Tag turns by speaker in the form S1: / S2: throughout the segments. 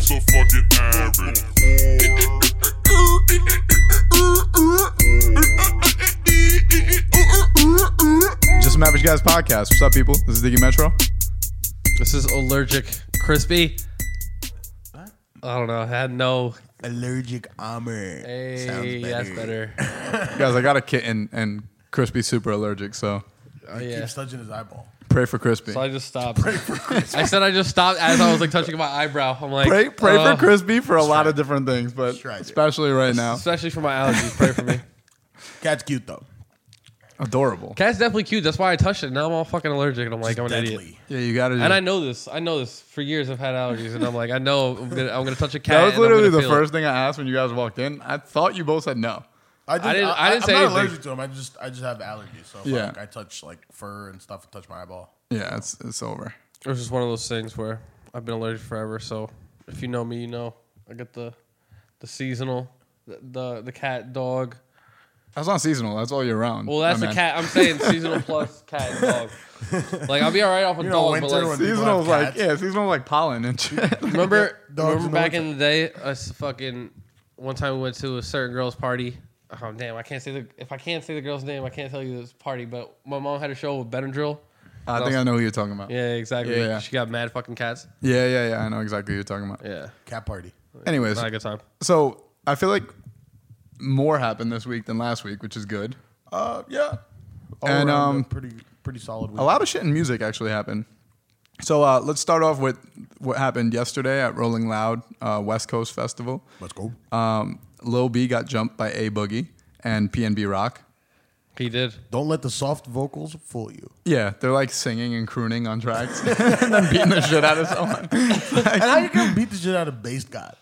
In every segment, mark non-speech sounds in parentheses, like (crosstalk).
S1: so fucking average.
S2: Just some average guys podcast. What's up, people? This is Diggy Metro.
S3: This is allergic crispy. I don't know. I had no.
S4: Allergic armor.
S3: Hey, that's better.
S2: Guys, I got a kitten, and Crispy super allergic, so
S3: Oh, yeah.
S4: Keeps touching his eyeball.
S2: pray for Crispy.
S3: So I just stopped. I said I just stopped as I was like touching my eyebrow. I'm like,
S2: pray pray
S3: uh,
S2: for Crispy for a lot of different things, but
S4: That's right, dude.
S2: especially right now.
S3: especially for my allergies. Pray for
S2: (laughs)
S3: me.
S4: Cat's cute though.
S2: Adorable.
S3: Cat's definitely cute. That's why I touched it. Now I'm all fucking allergic, and I'm like, I'm an idiot.
S4: Deadly.
S2: Yeah, you got to.
S3: And I know this. I know this. For years, I've had allergies, and I'm like, I know I'm gonna, I'm gonna touch a cat.
S2: That was
S3: and I'm
S2: literally
S3: gonna
S2: the
S3: feel it.
S2: first thing I asked when you guys walked in. I thought you both said no.
S4: I,
S3: didn't- I didn't
S4: am
S3: say
S4: not
S3: anything.
S4: allergic to him. I just I just have allergies. So if,
S2: Yeah.
S4: like, I touch like fur and stuff. I touch my eyeball.
S2: Yeah, it's it's over.
S3: It was just one of those things where I've been allergic forever. So if you know me, you know I get the the seasonal, the the, the cat dog.
S2: That's not seasonal. That's all year round.
S3: Well, that's
S2: my man.
S3: the cat. I'm saying
S2: (laughs)
S3: seasonal plus cat and dog. Like I'll be all right off a
S4: You know,
S3: dog,
S4: winter
S3: but like
S4: when-
S2: Seasonal is
S4: People have
S2: like
S4: cats.
S2: yeah, seasonal is like pollen and shit.
S3: (laughs) remember
S4: dogs
S3: remember
S4: in the
S3: back in the day, us fucking one time we went to a certain girl's party. Oh damn, I can't say the if I can't say the girl's name, I can't tell you this party. But my mom had a show with Benadryl.
S2: (laughs) I think I know who you're talking about. Yeah,
S3: Yeah, exactly.
S2: Yeah, yeah.
S3: She got mad fucking cats.
S2: yeah, yeah. I know exactly who you're talking about.
S3: Yeah,
S4: Cat party.
S2: Anyways,
S3: not a good time.
S2: so I feel like more happened this week than last week, which is good.
S4: Uh yeah. All
S2: And,
S4: around a
S2: um,
S4: pretty pretty solid. Week.
S2: A lot of shit in music actually happened. So uh, let's start off with what happened yesterday at Rolling Loud uh, West Coast Festival.
S4: Let's go.
S2: Um, Lil B got jumped by A Boogie and PNB Rock.
S3: He did.
S4: Don't let the soft vocals fool you. (laughs)
S2: Yeah, they're like singing and crooning on tracks (laughs) and then beating the shit out of
S3: (laughs)
S2: someone.
S4: and how you gonna beat the shit out of bass god?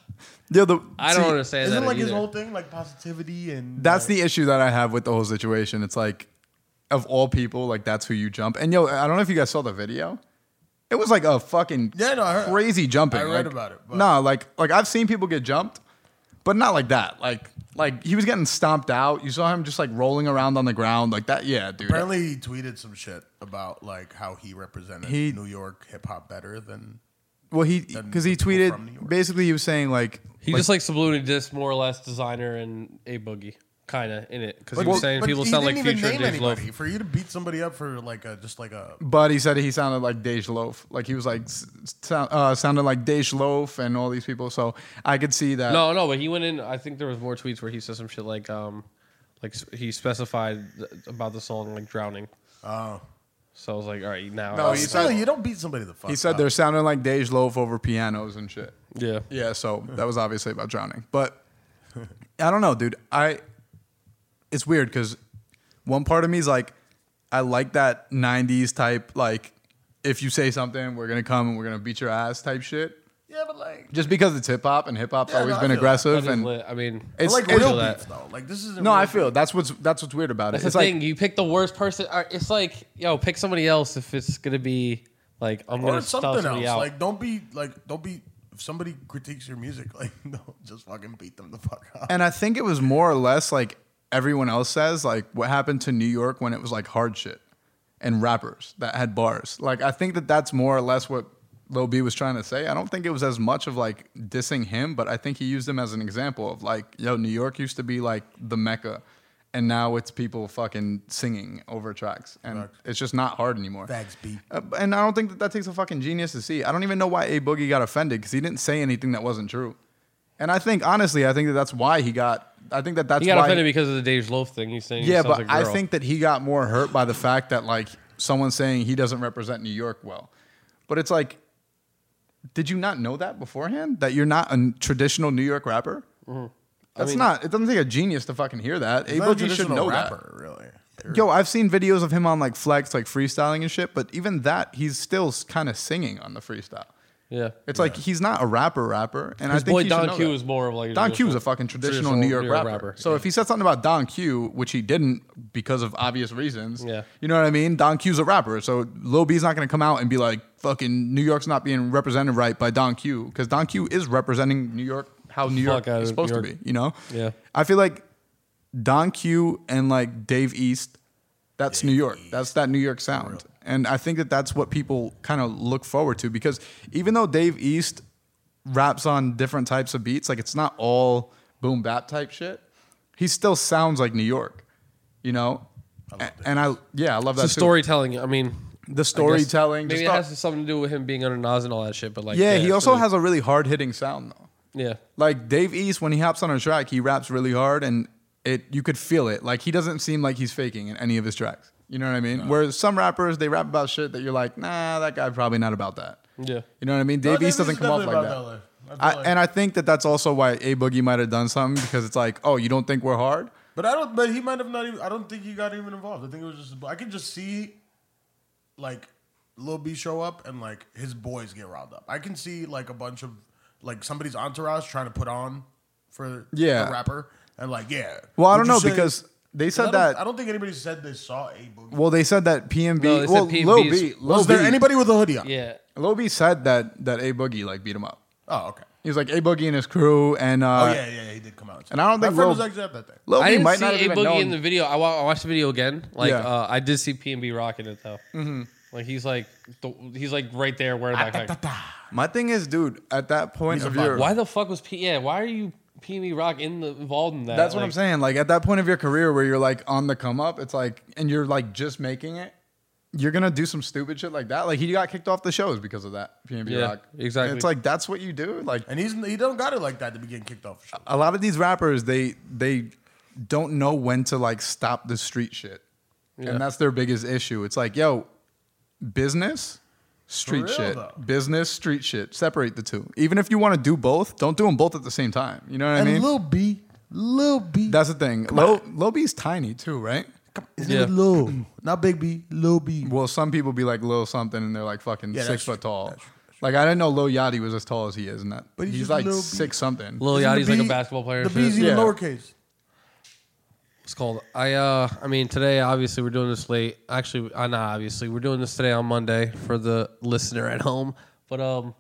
S2: Yeah, the,
S3: I don't
S2: see,
S3: understand
S4: Isn't
S3: that
S4: like his
S3: either.
S4: whole thing like positivity and
S2: That's the issue that I have with the whole situation. It's like, of all people, like that's who you jump. And yo, I don't know if you guys saw the video. It was like a fucking
S4: Yeah, no, I heard-
S2: crazy jumping.
S4: I
S2: like-
S4: read about it, but-
S2: Nah, like like I've seen people get jumped, but not like that. Like like he was getting stomped out. You saw him just like rolling around on the ground like that. Yeah, dude.
S4: Apparently, he tweeted some shit about like how he represented
S2: He-
S4: New York hip hop better than
S2: well, he
S4: Then
S2: because he
S4: the people from New
S2: tweeted
S4: York.
S2: basically he was saying like
S3: He just like subliminally dissed more or less designer and a boogie, kind of in it because he was
S2: well,
S3: saying
S4: But
S3: people
S4: he
S3: sound like
S4: didn't
S3: Future
S4: even
S3: and
S4: name
S3: Dave Loaf.
S4: anybody. For you to beat somebody up for like a just like a
S2: But he said he sounded like Dej Loaf. Like he was like s- sound, uh, sounded like Dej Loaf and all these people. So I could see that.
S3: No, no, but he went in. I think there was more tweets where he said some shit like, um, like s- he specified th- about the song like drowning.
S4: oh
S3: So I was like, all right, now.
S2: No,
S3: I
S4: no.
S2: he
S3: was-
S2: said-
S4: you don't beat somebody the fuck.
S2: He said
S4: up.
S2: they're sounding like Dej Loaf over pianos and shit.
S3: yeah.
S2: Yeah, so that was obviously about drowning. But I don't know, dude. I it's weird because one part of me is like, I like that '90s type like, if you say something, we're gonna come and we're gonna beat your ass type shit.
S4: yeah, but like
S2: Just because it's hip hop and hip hop's
S4: Yeah,
S2: always
S4: no, I
S2: been
S4: feel that.
S2: aggressive
S3: That is
S2: and
S3: lit. I mean,
S4: but,
S2: it's,
S4: like
S2: it's-
S4: real
S3: that.
S4: beef though. Like this isn't
S2: no,
S4: real
S2: I feel it. that's what's that's what's weird about it.
S3: that's
S2: it's
S3: the
S2: like
S3: thing. You pick the worst person. or It's like, yo, pick somebody else if it's gonna be like I'm
S4: or
S3: gonna stuff
S4: something else.
S3: somebody out.
S4: Like don't be like don't be if somebody critiques your music (laughs) like no, just fucking beat them the fuck up.
S2: And I think it was more or less like everyone else says, like what happened to New York when it was like hard shit and rappers that had bars. Like I think that that's more or less what Lil B was trying to say. I don't think it was as much of like dissing him, but I think he used him as an example of like, yo, New York used to be like the mecca. And now it's people fucking singing over tracks, and it's just not hard anymore.
S4: Facts, B.
S2: Uh, and I don't think that that takes a fucking genius to see. I don't even know why A Boogie got offended because he didn't say anything that wasn't true. And I think honestly, I think that that's why he got. I think that that's
S3: he got
S2: why.
S3: offended because of the Dave Loaf thing. He's saying, he
S2: yeah,
S3: sounds
S2: but
S3: like a
S2: I
S3: girl.
S2: think that he got more hurt by the fact that like someone saying he doesn't represent New York well. But it's like, did you not know that beforehand? That you're not a n- traditional New York rapper. That's
S3: Mm-hmm. mean-
S2: not. It doesn't take a genius to fucking hear that. A
S4: He's not a
S2: Boogie should
S4: traditional
S2: know that.
S4: rapper, really. Period.
S2: Yo, I've seen videos of him on like Flex, like freestyling and shit, but even that, he's still kind of singing on the freestyle.
S3: yeah.
S2: It's like he's not a rapper rapper. And
S3: His
S2: I think
S3: boy
S2: he should
S3: Don
S2: know
S3: Q
S2: that.
S3: is more of like a
S2: Don Q is
S3: traditional-
S2: a fucking traditional, New York, rapper. So
S3: yeah.
S2: if he said something about Don Q, which he didn't because of obvious reasons,
S3: Yeah.
S2: you know what I mean? Don Q's a rapper. So Lil B's not going to come out and be like, fucking New York's not being represented right by Don Q because Don Q is representing New York how New
S3: Fuck
S2: York
S3: out
S2: is
S3: of
S2: supposed
S3: New
S2: to be,
S3: York.
S2: you know?
S3: Yeah.
S2: I feel like Don Q and like Dave East, that's New York. That's that New York sound. And I think that that's what people kind of look forward to because even though Dave East raps on different types of beats. Like it's not all boom bap type shit. He still sounds like New York, you know.
S4: love
S2: A- and I yeah, I love that
S3: The
S2: too.
S3: storytelling. I mean,
S2: The
S3: I guess
S2: storytelling.
S3: Maybe
S2: just
S3: it
S2: all-
S3: has something to do with him being under Nas and all that shit. But like,
S2: yeah, he
S3: it's
S2: also
S3: really-
S2: has a really hard hitting sound though.
S3: Yeah,
S2: Like Dave East, when he hops on a track, he raps really hard, and it you could feel it. Like he doesn't seem like he's faking in any of his tracks. You know what I mean? Whereas some rappers they rap about shit that you're like, nah, that guy probably not about that.
S3: yeah.
S2: You know what I mean? Dave East doesn't come off like that. I, and I think that that's also why A Boogie might have done something because it's like, oh, you don't think we're hard?
S4: But I don't. But he might have not even. I don't think he got even involved. I think it was just. I can just see, like, Lil B show up and like his boys get riled up. I can see like a bunch of like somebody's entourage trying to put on for
S2: Yeah.
S4: the rapper and like yeah.
S2: Well, I
S4: Would
S2: don't know
S4: you say-
S2: because they
S4: I
S2: said
S4: don't-
S2: that.
S4: I don't think anybody said they saw a boogie.
S2: well, they said that PMB.
S3: No, they said
S2: well, Lil
S3: PMB's
S2: B. Lil
S4: Was there
S2: B-
S4: anybody with a hoodie on?
S3: Yeah.
S2: Lil B said that that A Boogie like beat him up.
S4: Oh, okay.
S2: He was like A Boogie and his crew, and uh,
S4: Oh yeah, yeah, he did come out.
S2: And I don't
S4: My
S2: think
S4: friend
S2: Lil-
S4: was actually at that thing.
S2: Lil
S3: I
S2: B
S3: didn't
S2: might
S3: see
S2: not have
S3: a
S2: even
S3: boogie
S2: known.
S3: in the video. I, wa- I watched the video again. Like
S2: Yeah. Mm-hmm.
S3: uh, I did see P and B rocking it though. Like he's like th- he's like right there where like, like
S2: My thing is, dude, at that point
S4: He's a
S2: of
S4: fuck-
S2: your
S3: why the fuck was P? Yeah, why are you P and B rock in the, involved in that?
S2: that's what
S3: Like,
S2: I'm saying. Like at that point of your career where you're like on the come up, it's like and you're like just making it. You're gonna do some stupid shit like that. Like he got kicked off the shows because of that. PNB
S3: Yeah,
S2: Rock.
S3: exactly.
S2: It's like that's what you do. Like
S4: And he's he don't got it like that to be getting kicked off. Sure.
S2: a lot of these rappers, they they don't know when to like stop the street shit,
S3: Yeah.
S2: and that's their biggest issue. It's like yo, business. Street
S4: real,
S2: shit,
S4: though.
S2: business, street shit. Separate the two. Even if you want to do both, don't do them both at the same time. You know what
S4: And
S2: I mean?
S4: Lil B, Lil B,
S2: That's the thing. Low Low B's tiny too, right?
S4: his
S3: Yeah.
S4: name is Lil, not Big B, Lil B.
S2: Well, some people be like Lil something, and they're like fucking
S4: Yeah,
S2: six
S4: that's
S2: foot
S4: true.
S2: tall. Like I didn't know Lil Yachty was as tall as he is, and that
S4: But
S2: but
S4: he's
S2: he's,
S4: just
S2: like
S4: Lil B.
S2: six something.
S3: Lil
S4: Isn't
S3: Yachty's
S4: the
S3: like a
S4: B-
S3: basketball player.
S4: The
S3: and shit.
S4: B's even
S2: Yeah.
S4: lowercase.
S3: It's called. I uh, I mean, today obviously we're doing this late. Actually, uh, not obviously. We're doing this today on Monday for the listener at home. But um,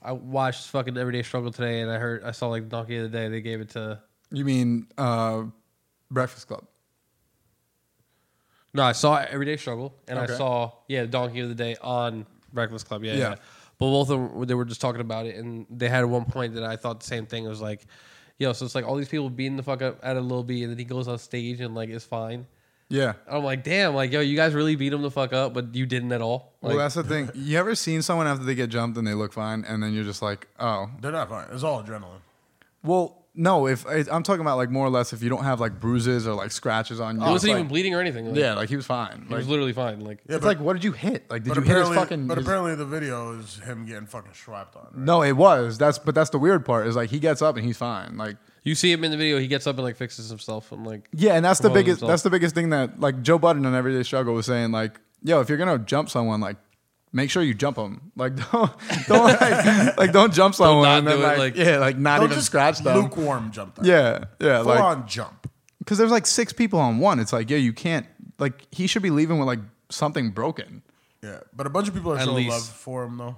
S3: I watched fucking Everyday Struggle today, and I heard I saw like Donkey of the Day. They gave it to.
S2: You mean uh, Breakfast Club?
S3: No, I saw Everyday Struggle, and
S2: Okay.
S3: I saw yeah Donkey of the Day on Breakfast Club. Yeah, yeah.
S2: Yeah.
S3: But both of them they were just talking about it, and they had one point that I thought the same thing. It was like, yo, so it's like all these people beating the fuck up out of Lil B, and then he goes on stage and like it's fine.
S2: Yeah.
S3: I'm like, damn, like, yo, you guys really beat him the fuck up, but you didn't at all. Like,
S2: well, that's the thing. You ever seen someone after they get jumped and they look fine, and then you're just like, oh,
S4: They're not fine. It's all adrenaline.
S2: well, no. If I- I'm talking about like more or less, if you don't have like bruises or like scratches on you,
S3: he
S2: it's
S3: wasn't
S2: like-
S3: even bleeding or anything. Like,
S2: Yeah, like he was fine.
S3: he
S2: Like,
S3: was literally fine. Like,
S4: Yeah,
S2: it's
S4: but-
S2: like, what did you hit? Like, did
S4: But
S2: you hit his
S4: apparently,
S2: fucking?
S4: but
S2: his-
S4: apparently the video is him getting fucking strapped on. Right?
S2: No, it was. That's but that's the weird part is like he gets up and he's fine. Like
S3: you see him in the video, he gets up and like fixes himself. I'm like,
S2: yeah, and that's the
S3: Well, it was
S2: biggest.
S3: all-
S2: That's the biggest thing that like Joe Budden on Everyday Struggle was saying like, yo, if you're gonna jump someone, like make sure you jump them. Like (laughs) don't don't like, like, don't jump someone
S3: not
S2: and then
S3: do it,
S2: like,
S3: like-
S2: yeah, like not
S4: Don't
S2: even scratch them.
S4: Lukewarm jump. That.
S2: Yeah, yeah,
S4: full
S2: like
S4: on jump.
S2: because there's like six people on one. It's like yeah, you can't like he should be leaving with like something broken.
S4: Yeah, but a bunch of people are
S3: At
S4: still in
S3: least.
S4: love for him though.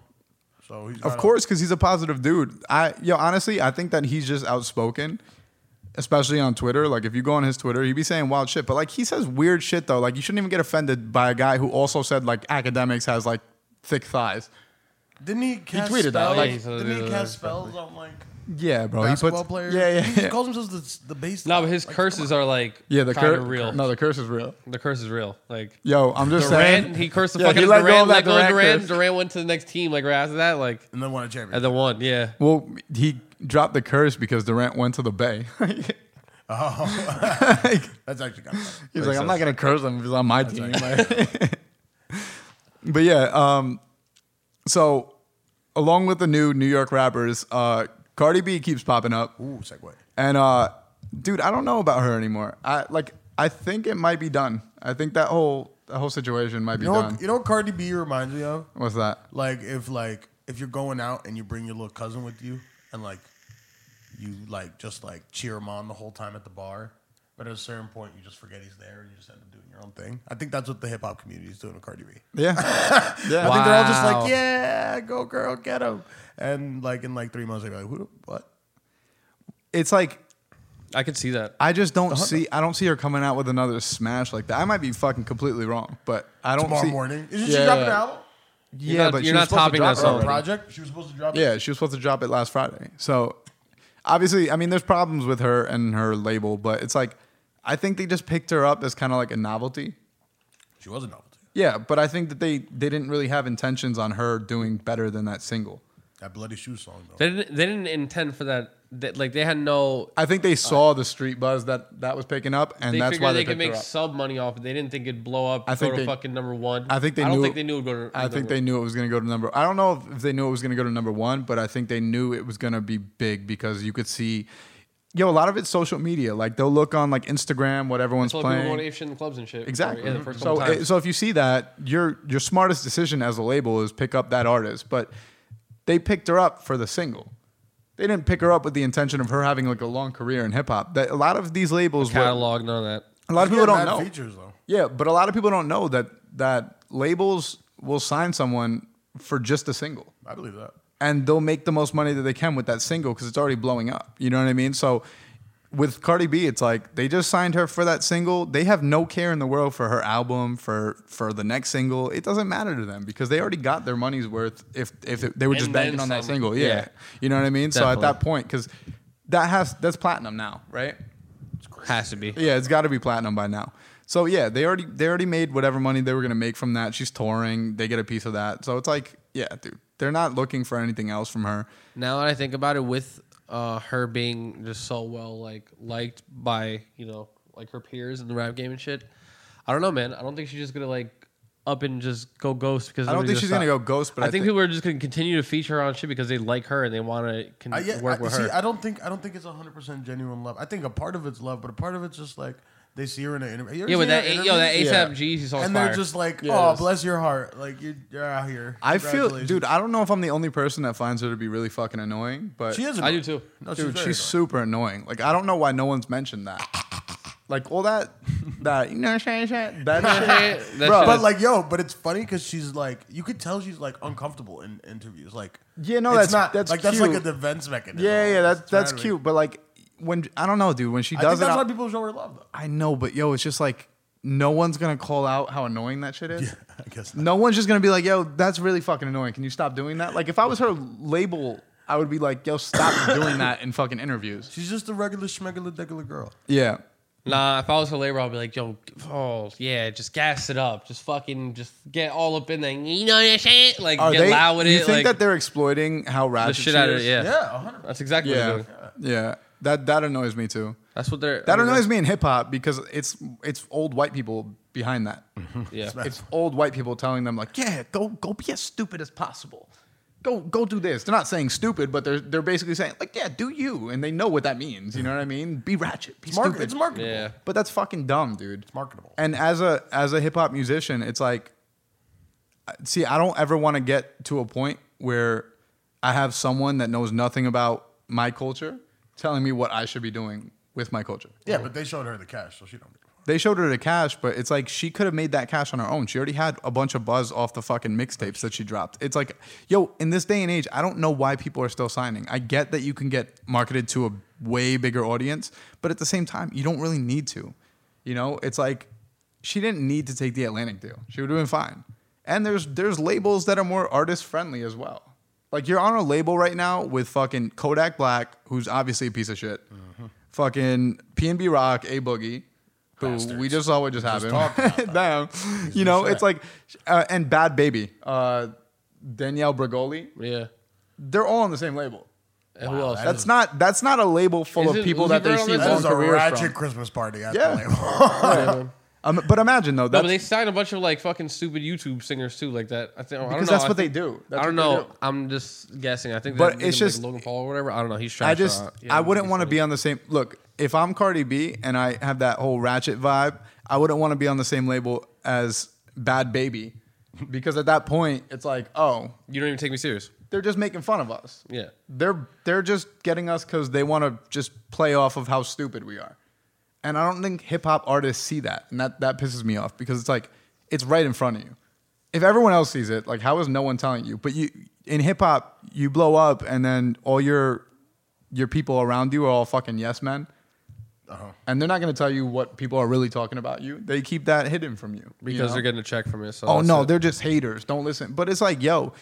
S4: So he's
S2: Of course, because he's a positive dude. I yo, honestly, I think that he's just outspoken, especially on Twitter. Like if you go on his Twitter, he'd be saying wild shit. But like he says weird shit though. Like you shouldn't even get offended by a guy who also said like academics has like thick thighs.
S4: Didn't he? Cast
S2: tweeted that,
S4: spells?
S2: like-
S4: didn't he cast spells on like
S2: Yeah, bro.
S4: basketball
S2: he puts,
S4: players?
S2: Yeah,
S4: He
S2: yeah,
S4: just
S2: yeah.
S4: calls himself the the base.
S3: no, but his
S4: Like,
S3: curses are like,
S2: Yeah, the
S3: kind
S2: curse.
S3: of real.
S2: No, the curse is real.
S3: The curse is real. Like,
S2: Yo, I'm just
S3: Durant,
S2: saying.
S3: he cursed
S2: (laughs)
S3: the
S2: Yeah,
S3: fuck fucking
S2: he let go
S3: Durant.
S2: of that
S3: Like, Durant,
S2: Durant
S3: Durant,
S2: curse.
S3: went to the next team. Like, right after that, like,
S4: and then won a
S3: at
S4: championship.
S3: the one, yeah.
S2: Well, he dropped the curse because Durant went to the Bay. (laughs)
S4: Oh,
S2: Like,
S4: (laughs) that's actually kind of. Funny.
S2: He's
S3: Makes
S2: like, I'm not gonna curse him if he's on my team. Like- (laughs) but yeah, um, so along with the new New York rappers, uh, Cardi B keeps popping up,
S4: Ooh, segue.
S2: and uh, dude, I don't know about her anymore. I like, I think it might be done. I think that whole that whole situation might be
S4: You know,
S2: done.
S4: what, you know what Cardi B reminds me of?
S2: What's that?
S4: Like if like if you're going out and you bring your little cousin with you and like you like just like cheer him on the whole time at the bar, but at a certain point you just forget he's there and you just end up doing your own thing. I think that's what the hip hop community is doing with Cardi B.
S2: Yeah, yeah.
S4: (laughs) I think they're all just
S3: Wow.
S4: like, yeah, go girl, get him. And like in like three months, they're like, who? the- What?
S2: It's like
S3: I could see that.
S2: I just don't see. I don't see her coming out with another smash like that. I might be fucking completely wrong, but I don't
S4: Tomorrow
S2: see.
S4: morning? Isn't she
S2: Yeah.
S4: dropping an album?
S3: You're
S2: Yeah,
S3: not-
S2: but
S3: you're
S2: she was
S3: not
S2: supposed to
S3: topping
S2: drop
S3: us
S2: it
S4: Her
S2: already.
S3: already.
S4: project. She was supposed to drop. it.
S2: Yeah, she was supposed to drop it last Friday. So obviously, I mean, there's problems with her and her label, but it's like I think they just picked her up as kind of like a novelty.
S4: She was a novelty.
S2: Yeah, but I think that they, they didn't really have intentions on her doing better than that single.
S4: That bloody shoe song though.
S3: They didn't. They didn't intend for that. That like they had no.
S2: I think they saw the street buzz that that was picking up, and
S3: They
S2: that's
S3: figured
S2: why
S3: they,
S2: they,
S3: could
S2: picked
S3: make
S2: her up.
S3: sub money off. it. They didn't think it'd blow up.
S2: I
S3: I
S2: think
S3: think go to
S2: they-
S3: fucking number one.
S2: I think they
S3: I don't
S2: knew-
S3: think they knew it'd go to.
S2: I think
S3: number
S2: they knew it was going to go to number. I don't know if they knew it was going to go to number one, but I think they knew it was going to be big because you could see, yo, a lot of it's social media. Like they'll look on like Instagram, what everyone's
S3: So people going
S2: playing.
S3: to ape shit in the clubs and shit.
S2: Exactly. Mm-hmm.
S3: Yeah, the first couple
S2: so,
S3: times.
S2: it- so if you see that, your your smartest decision as a label is pick up that artist. But they picked her up for the single. They didn't pick her up with the intention of her having like a long career in hip hop. That a lot of these labels, were-
S3: catalog, none of that.
S2: a lot of
S4: She
S2: people
S4: had
S2: don't
S4: mad
S2: know.
S4: features though.
S2: Yeah, but a lot of people don't know that that labels will sign someone for just a single
S4: I believe that.
S2: and they'll make the most money that they can with that single because it's already blowing up. You know what I mean? So with Cardi B, it's like they just signed her for that single. They have no care in the world for her album, for for the next single. It doesn't matter to them because they already got their money's worth if if it, they were just
S3: And then
S2: banking on that
S3: some.
S2: single. Yeah.
S3: Yeah.
S2: you know what I mean. So at
S3: Definitely.
S2: that point, because that has that's platinum now, right?
S3: Has to be.
S2: Yeah, it's got to be platinum by now. So yeah, they already they already made whatever money they were gonna make from that. She's touring, they get a piece of that. So it's like, yeah, dude, they're not looking for anything else from her.
S3: Now that I think about it, with uh, her being just so well like liked by you know like her peers in the rap game and shit, I don't know, man. I don't think she's just gonna like up and just go ghost because
S2: I don't think
S3: nobody's
S2: she's
S3: stop.
S2: gonna go ghost, but
S3: I, think, people are just gonna continue to feature her on shit because they like her and they want to con-
S4: I, yeah,
S3: work
S4: I,
S3: with
S4: see,
S3: her.
S4: I don't think I don't think it's hundred percent genuine love. I think a part of it's love, but a part of it's just like they see her in an interview. You ever
S3: yeah, but
S4: seen
S3: that
S4: her in
S3: yo that ASAP
S4: interviews?
S3: Jeezy song,
S4: and they're just like,
S2: Yeah, it
S4: oh,
S2: is.
S4: bless your heart, like you're, you're out here.
S2: I feel,
S4: Congratulations.
S2: dude, I don't know if I'm the only person that finds her to be really fucking annoying, but
S4: she is.
S3: I do
S4: annoying.
S3: too.
S4: No, she's
S2: dude,
S4: very
S2: she's,
S4: annoying.
S2: super annoying. Like I don't know why no one's mentioned that. Like all
S4: (laughs)
S2: that, that you know, what I'm saying? that
S3: (laughs) That's
S2: Bro,
S4: But like, yo, but it's funny because she's like, you could tell she's like uncomfortable in interviews. Like,
S2: Yeah, no, that's-
S4: it's not
S2: that's
S4: like that's like a
S2: cute.
S4: defense mechanism.
S2: yeah, yeah, that's
S4: almost. You know
S2: that's
S4: what I mean?
S2: cute. But like when I don't know, dude, when she
S4: I think
S2: does it,
S4: that's
S2: I'll-
S4: why people show her
S2: (laughs)
S4: love though.
S2: I know, but yo, it's just like no one's gonna call out how annoying that shit is. (laughs)
S4: I guess
S2: No one's just gonna be like, yo, that's really fucking annoying. Can you stop doing that? Like if I was her label, I would be like, yo, (laughs) stop doing that in fucking interviews.
S4: she's just a regular schmegula
S3: (laughs)
S4: degular girl.
S2: Yeah.
S3: Nah, if I was her labor, I'd be like, yo, oh yeah, just gas it up, just fucking, just get all up in there. You know that shit? Like
S2: Are
S3: get
S2: they
S3: loud with
S2: you
S3: it.
S2: think
S3: like
S2: that they're exploiting how
S3: the
S2: ratchet
S3: shit
S2: she
S3: out of
S2: is?
S3: it. Yeah,
S4: Yeah, hundred.
S3: that's exactly what they're
S2: Yeah.
S3: doing.
S2: Yeah. That that annoys me too.
S3: That's what they're.
S2: That annoys me in hip hop because it's it's old white people behind that.
S3: Yeah.
S2: It's old white people telling them like, yeah, go go be as stupid as possible. Go go do this. They're not saying stupid, but they're they're basically saying like, yeah, do you, and they know what that means. You know what I mean? Be ratchet, be
S4: It's, market,
S2: stupid.
S4: it's marketable.
S3: Yeah.
S2: But that's fucking dumb, dude. It's
S4: marketable.
S2: And as a as a hip hop musician, it's like, I- see, I don't ever want to get to a point where I have someone that knows nothing about my culture telling me what I should be doing with my culture.
S4: Yeah, but they showed her the cash, so she don't. give a fuck.
S2: They showed her the cash, but it's like she could have made that cash on her own. She already had a bunch of buzz off the fucking mixtapes that she dropped. It's like, yo, in this day and age, I don't know why people are still signing. I get that you can get marketed to a way bigger audience, but at the same time, you don't really need to. You know, it's like she didn't need to take the Atlantic deal. She would have been fine. And there's there's labels that are more artist friendly as well. Like you're on a label right now with fucking Kodak Black, who's obviously a piece of shit. Fucking PNB Rock, A Boogie, who we just saw what just (laughs) happened. Damn, you know it's like, uh, and Bad Baby, uh, Danielle Brigoli,
S3: Yeah.
S2: they're all on the same label.
S3: And who else?
S2: That's not that's not a label full of
S3: Isn't
S2: people
S3: Uzi
S2: that they
S3: Vert on
S2: see
S3: this?
S4: That
S2: long
S4: was a
S2: careers
S4: ratchet
S2: from.
S4: Christmas party. At
S2: Yeah.
S4: the (laughs) label.
S2: Um, but imagine though,
S3: no,
S2: that's,
S3: but they signed a bunch of like fucking stupid YouTube singers too, like that. I, think, I don't
S2: because
S3: know.
S2: that's
S3: I
S2: what
S3: think-
S2: they do. That's
S3: I don't
S2: what they
S3: know.
S2: do.
S3: I'm just guessing. I think.
S2: But
S3: that
S2: it's
S3: nigga, like,
S2: just-
S3: Logan Paul or whatever. I don't know. He's trash.
S2: I just
S3: so, yeah,
S2: I
S3: don't
S2: wouldn't
S3: think
S2: want to
S3: he's
S2: be on the same. Look, if I'm Cardi B and I have that whole ratchet vibe, I wouldn't want to be on the same label as Bad Baby, because at that point it's like, oh,
S3: funny. You don't even take me serious.
S2: they're just making fun of us.
S3: Yeah.
S2: They're they're just getting us because they want to just play off of how stupid we are, and I don't think hip hop artists see that, and that that pisses me off because it's like it's right in front of you. If everyone else sees it, like how is no one telling you? But you in hip hop, you blow up, and then all your your people around you are all fucking yes men.
S4: Uh-huh.
S2: and they're not going to tell you what people are really talking about you. They keep that hidden from you you
S3: because
S2: know?
S3: they're getting a check from you. So
S2: Oh
S3: that's
S2: no,
S3: it.
S2: they're just haters. Don't listen. But it's like, yo,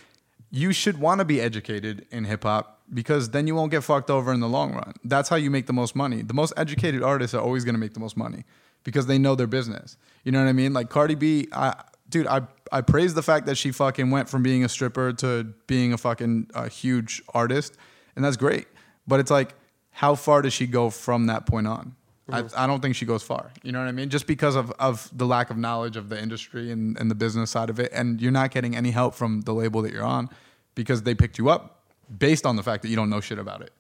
S2: you should want to be educated in hip hop because then you won't get fucked over in the long run. That's how you make the most money. The most educated artists are always going to make the most money because they know their business. You know what I mean? Like Cardi B, I dude, I I praise the fact that she fucking went from being a stripper to being a fucking uh, huge artist, and that's great. But it's like, how far does she go from that point on? I, I don't think she goes far. You know what I mean? Just because of, of the lack of knowledge of the industry and, and the business side of it. And you're not getting any help from the label that you're on because they picked you up based on the fact that you don't know shit about it.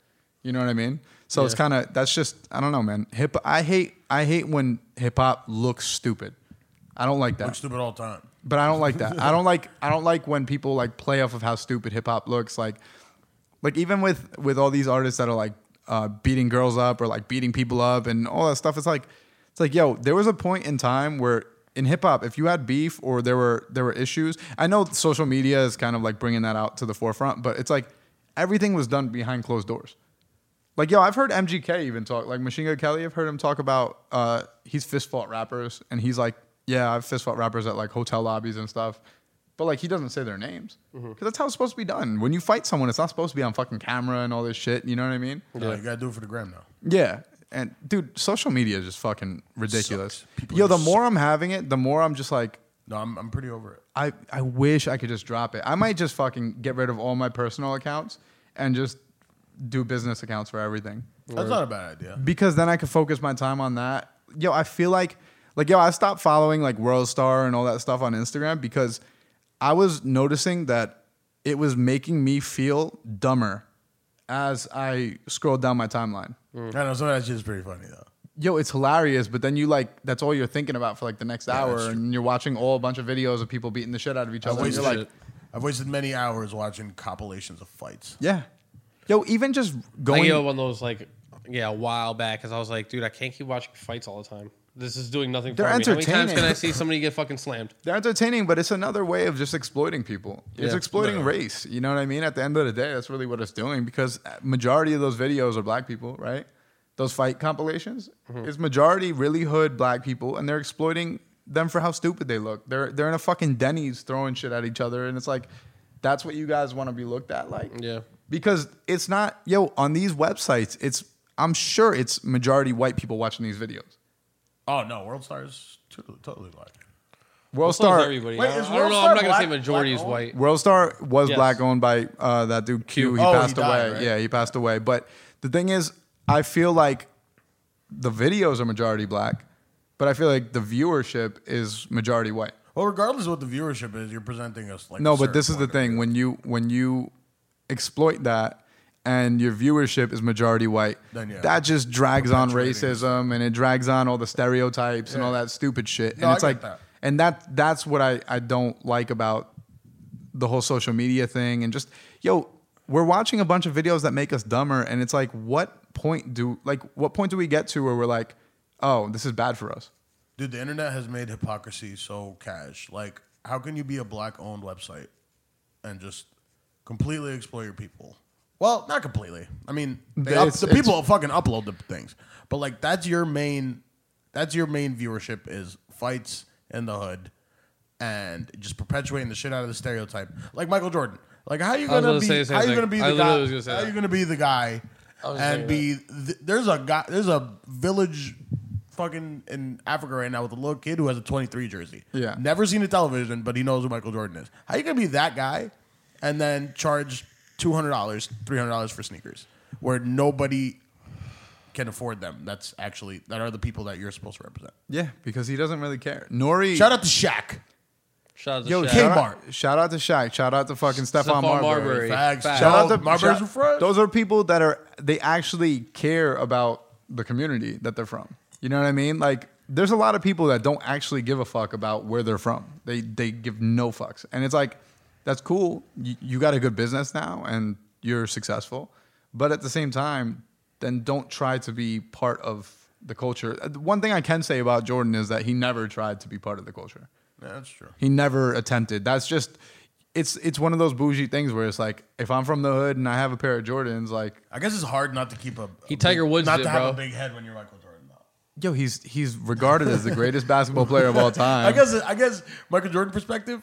S2: You know what I mean? So it's kind of, that's just, I don't know, man. Hip, I hate, I hate when hip hop looks stupid. I don't like that.
S4: Looks stupid all the time.
S2: But I don't like that. I don't like I don't like when people like play off of how stupid hip hop looks. Like like even with with all these artists that are like uh, beating girls up or like beating people up and all that stuff. It's like it's like yo, there was a point in time where in hip hop, if you had beef or there were there were issues, I know social media is kind of like bringing that out to the forefront, but it's like everything was done behind closed doors. Like yo, I've heard MGK even talk. Like Machine Gun Kelly, I've heard him talk about uh, he's fist fought rappers, and he's like, yeah, I've fist fought rappers at like hotel lobbies and stuff. But like he doesn't say their names because
S4: Mm-hmm.
S2: that's how it's supposed to be done. When you fight someone, it's not supposed to be on fucking camera and all this shit. You know what I mean?
S4: Like, you gotta do it for the gram now.
S2: Yeah. And dude, social media is just fucking ridiculous.
S4: sucks. People
S2: Yo,
S4: are
S2: the
S4: just-
S2: more I'm having it, the more I'm just like,
S4: No, I'm, I'm pretty over it.
S2: I, I wish I could just drop it. I might just fucking get rid of all my personal accounts and just do business accounts for everything
S4: That's not a bad idea.
S2: because then I could focus my time on that. Yo, I feel like like yo, I stopped following like World Star and all that stuff on Instagram because I was noticing that it was making me feel dumber as I scrolled down my timeline.
S4: I know some of that shit is pretty funny though.
S2: Yo, it's hilarious, but then you like that's all you're thinking about for like the next hour
S4: that's true.
S2: and you're watching all a bunch of videos of people beating the shit out of each
S4: I
S2: other. and
S4: wasted,
S2: you're like,
S4: I've wasted many hours watching compilations of fights.
S2: yeah. Yo, even just
S3: I
S2: going
S3: gave up on those like yeah a while back because I was like, dude, I can't keep watching fights all the time. This is doing nothing
S2: They're
S3: for me. How many times
S2: entertaining.
S3: can I see somebody get fucking slammed?
S2: they're entertaining, but it's another way of just exploiting people. It's
S3: Yeah.
S2: exploiting
S4: Yeah.
S2: race. You know what I mean? At the end of the day, that's really what it's doing because uh, majority of those videos are black people, right? Those fight compilations,
S3: Mm-hmm.
S2: it's majority really hood black people, and they're exploiting them for how stupid they look. They're they're in a fucking Denny's throwing shit at each other, and it's like, that's what you guys want to be looked at like,
S3: Yeah.
S2: Because it's not yo on these websites. It's I'm sure it's majority white people watching these videos.
S4: Oh no, World Star is totally, totally like.
S2: World
S3: So is
S2: Star,
S3: everybody.
S4: Wait,
S3: I,
S4: is
S3: I don't know.
S4: Worldstar
S3: I'm not gonna say
S4: black-
S3: majority
S4: black
S3: is
S4: owned?
S3: white.
S2: Worldstar was
S3: Yes.
S2: black owned by uh, that dude Q. He
S4: Oh, he
S2: passed
S4: died,
S2: away.
S4: right?
S2: Yeah, he passed away. But the thing is, I feel like the videos are majority black, but I feel like the viewership is majority white.
S4: Well, regardless of what the viewership is, you're presenting us like.
S2: No,
S4: a
S2: but this is
S4: certain
S2: the
S4: point
S2: thing when you when you exploit that and your viewership is majority white,
S4: Then, yeah.
S2: that just drags on
S4: Perpetuating it.
S2: racism and it drags on all the stereotypes and
S4: Yeah.
S2: all that stupid shit. and
S4: No, I
S2: it's
S4: get
S2: like
S4: that.
S2: and that that's what I, I don't like about the whole social media thing and just yo, we're watching a bunch of videos that make us dumber and it's like what point do like what point do we get to where we're like, oh, this is bad for us?
S4: of- Dude, the internet has made hypocrisy so cash. Like, how can you be a black-owned website and just completely exploit your people? Well, not completely. I mean, they up,
S2: It's-
S4: the
S2: it's-
S4: people fucking upload the things, but like that's your main, that's your main viewership is fights in the hood, and just perpetuating the shit out of the stereotype. Like Michael Jordan. Like how you
S3: I was
S4: gonna
S3: gonna
S4: be?
S3: say the same
S4: How you
S3: thing.
S4: gonna be
S3: I
S4: the
S3: literally
S4: guy?
S3: was gonna say
S4: how
S3: that.
S4: you gonna be the guy
S3: was
S4: and be? Th- there's a guy. There's a village fucking in Africa right now with a little kid who has a 23 jersey.
S2: Yeah.
S4: never seen a television, but he knows who Michael Jordan is. How you gonna be that guy and then charge two hundred dollars, three hundred dollars for sneakers where nobody can afford them? That's actually that are the people that you're supposed to represent.
S2: Yeah, because he doesn't really care. Nori
S4: Shout out to Shaq.
S3: Shout out to
S2: Yo,
S3: Shaq.
S2: shout
S4: Kmart.
S2: out, shout out to Shaq. Shout out to fucking Stephon
S3: Stephon
S2: Marbury.
S3: Marbury.
S4: Facts.
S3: Facts.
S2: Shout out to
S4: Marbury's
S2: shout-
S4: fresh.
S2: Those are people that are they actually care about the community that they're from. You know what I mean? Like there's a lot of people that don't actually give a fuck about where they're from. They they give no fucks. And it's like that's cool. You, you got a good business now and you're successful. But at the same time, then don't try to be part of the culture. Uh, One thing I can say about Jordan is that he never tried to be part of the culture.
S4: Yeah, that's true.
S2: He never attempted. That's just it's it's one of those bougie things where it's like if I'm from the hood and I have a pair of Jordans, like
S4: I guess it's hard not to keep a.
S3: He
S4: a
S3: Tiger
S4: big-
S3: Woods
S4: not
S3: did,
S4: to have
S3: bro.
S4: a big head when you're Michael Jordan. Though.
S2: Yo, he's he's regarded as the greatest (laughs) basketball player of all time.
S4: I guess I guess Michael Jordan perspective.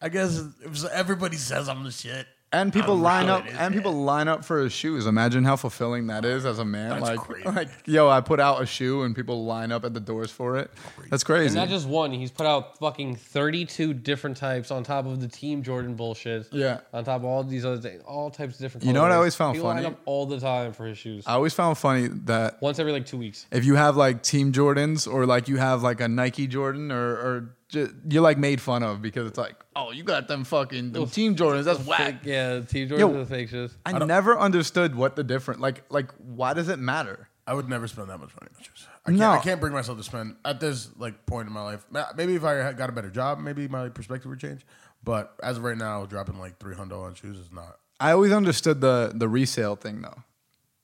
S4: I guess if everybody says I'm the shit.
S2: and people
S4: I'm
S2: line
S4: really
S2: up
S4: the
S2: and
S4: shit.
S2: people line up for his shoes. Imagine how fulfilling that is as a man.
S4: That's
S2: like,
S4: crazy.
S2: like, yo, I put out a shoe and people line up at the doors for it. That's
S3: And
S2: crazy.
S3: not just one. He's put out fucking 32 different types on top of the Team Jordan bullshit.
S2: Yeah.
S3: On top of all these other things, all types of different.
S2: You know what I
S3: colorways.
S2: always found
S3: People line
S2: funny? Uh,
S3: up all the time for his shoes.
S2: I always found funny that
S3: Once every like two weeks.
S2: if you have like team jordans or like you have like a nike jordan or or ju- you're like made fun of because it's like oh you got them fucking them team jordans that's whack
S3: Fake- yeah, Team Jordan
S2: Yo.
S3: the fake shoes.
S2: i, never understood what the different like like why does it matter
S4: I would never spend that much money on shoes. I can't,
S2: No.
S4: I can't bring myself to spend at this like point in my life. ma- Maybe if I had got a better job, maybe my perspective would change. But as of right now, dropping like three hundred on shoes is not.
S2: i always understood the the resale thing though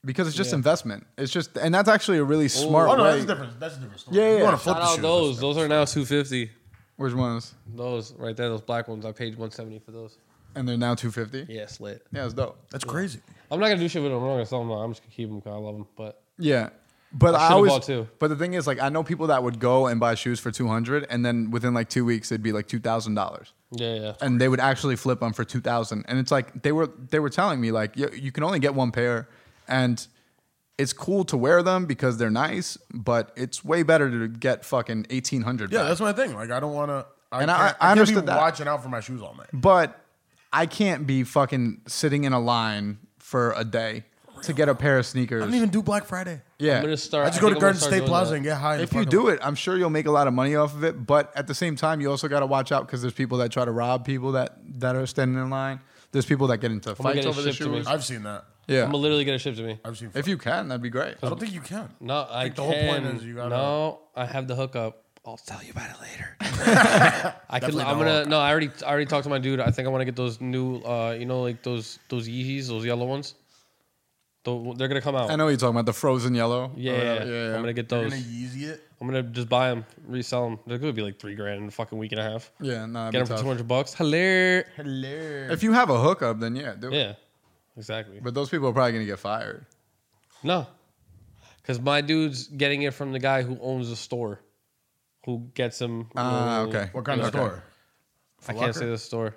S2: because it's just
S3: Yeah.
S2: investment it's just and that's actually a really smart
S4: Oh no,
S2: way
S4: that's different. That's a different story.
S2: Yeah, yeah,
S4: You want
S2: yeah.
S4: to flip
S3: Shout
S4: the
S3: out
S4: shoes?
S3: those. Those are now 250.
S2: which ones
S3: Those right there, those black ones. I paid 170 for those.
S2: and they're now 250
S3: Yeah, slit.
S2: yeah it's dope
S4: That's crazy.
S3: I'm not gonna do shit with them. I'm not gonna sell them. I'm just gonna keep them because I love them. But
S2: Yeah. But
S3: I
S2: I,
S3: should've
S2: always,
S3: bought two.
S2: but the thing is, like, I know people that would go and buy shoes for two hundred, and then within like two weeks, it'd be like two thousand dollars,
S3: yeah, yeah.
S2: and they would actually flip them for two thousand. And it's like they were they were telling me like, you, you can only get one pair, and it's cool to wear them because they're nice, but it's way better to get fucking eighteen hundred.
S4: Yeah, that's my thing. Like I don't want to.
S2: And
S4: I and
S2: I-
S4: I,
S2: I
S4: I, can't be
S2: understood that.
S4: watching out for my shoes all night.
S2: but I can't be fucking sitting in a line for a day to get a pair of sneakers.
S4: I don't even do Black Friday.
S2: yeah,
S3: I'm gonna start.
S4: I just
S3: I
S4: go
S3: think
S4: to
S3: I'm gonna
S4: Garden
S3: start
S4: State
S3: doing
S4: Plaza
S3: that.
S4: and get high. in the
S2: if you
S4: parking lot.
S2: do it, I'm sure you'll make a lot of money off of it. But at the same time, you also got to watch out because there's people that try to rob people that that are standing in line. There's people that get into
S3: gonna
S2: fights
S3: get it
S2: over the
S3: shipped to me.
S2: shoes.
S4: I've seen that.
S3: I'm
S2: Yeah,
S3: gonna literally get it shipped to me.
S4: I've seen.
S2: if you can, that'd be great.
S4: I don't think you can.
S3: No, I
S4: the whole point
S3: can.
S4: is you gotta-
S3: No, I have the hookup. I'll tell you about it
S4: (laughs)
S3: later. I could.
S4: Definitely
S3: I'm
S4: not
S3: gonna.
S4: hookup.
S3: No, I already. I already talked to my dude. I think I want to get those new. Uh, you know, like those those Yeezys, those yellow ones. Tho- they're gonna come out.
S2: I know what you're talking about the frozen yellow. or
S3: Oh, yeah,
S2: whatever.
S3: yeah, I'm gonna get
S4: You're
S3: those.
S4: gonna Yeezy it.
S3: I'm gonna just buy them, resell them. They're gonna be like three grand in a fucking week and a half.
S2: yeah. Nah,
S3: Get them
S2: that'd be
S3: for
S2: tough.
S3: two hundred bucks. Hello.
S4: Hello.
S2: If you have a hookup, then yeah, do it.
S3: Yeah, exactly.
S2: But those people are probably gonna get fired.
S3: No, because my dude's getting it from the guy who owns the store, who gets him.
S2: Ah, okay.
S4: What kind of
S2: Okay.
S4: store?
S3: I
S4: Locker?
S3: can't say the store.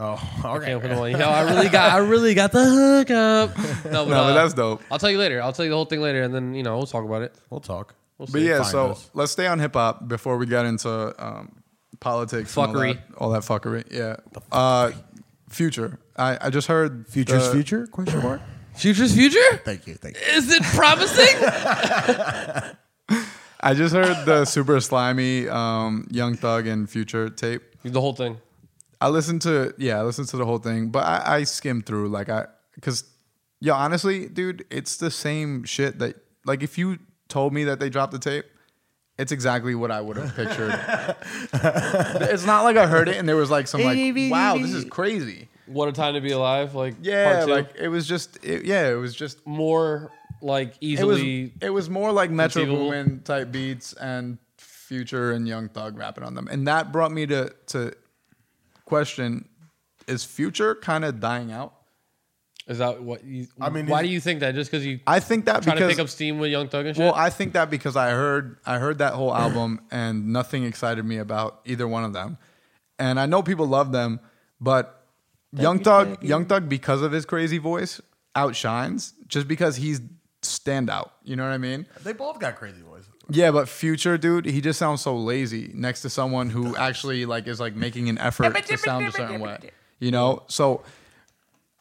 S4: Oh, (laughs)
S3: I
S4: okay.
S3: can't put them on.
S2: (laughs)
S3: Yo, I really got, I really got the hookup. No, but,
S2: No, but
S3: uh,
S2: that's dope.
S3: I'll tell you later. I'll tell you the whole thing later, and then you know we'll talk about it.
S4: We'll talk.
S3: We'll
S2: But
S3: see.
S2: yeah,
S4: find
S2: so
S4: us.
S2: let's stay on hip hop before we get into um, politics, and all
S3: Fuckery.
S2: that- all that, fuckery. Yeah, uh, future. I, I just heard the-
S4: future? Question mark.
S3: future's future.
S4: (coughs) Thank you. Thank you.
S3: Is it promising?
S2: I just heard the super slimy um, Young Thug and Future tape.
S3: (laughs) the whole thing.
S2: I listened to yeah, I listened to the whole thing, but I, I skimmed through like I because yo honestly, dude, it's the same shit that like if you told me that they dropped the tape, it's exactly what I would have pictured. it's not like I heard it and there was like some like wow, this is crazy.
S3: What a time to be alive. Like
S2: Yeah,
S3: part two.
S2: like it was just it, yeah, it was just
S3: more like
S2: it was
S3: easily.
S2: it was more like Metro
S3: conceivable.
S2: Boomin type beats and Future and Young Thug rapping on them, and that brought me to to question: Is Future kind of dying out?
S3: is that what you? I
S4: I
S3: mean,
S4: mean,
S3: why
S4: is-
S3: do you think that? Just because you
S2: I think that
S3: trying to
S2: because
S3: pick up steam with Young Thug and shit.
S2: well, I think that because I heard I heard that whole album and nothing excited me about either one of them, and I know people love them, but Young Thug, Young Thug, because of his crazy voice, outshines just because he's standout. You know what I mean?
S4: They both got crazy voices.
S2: Yeah, but Future, dude, he just sounds so lazy next to someone who actually like is like making an effort to sound a certain way. You know, so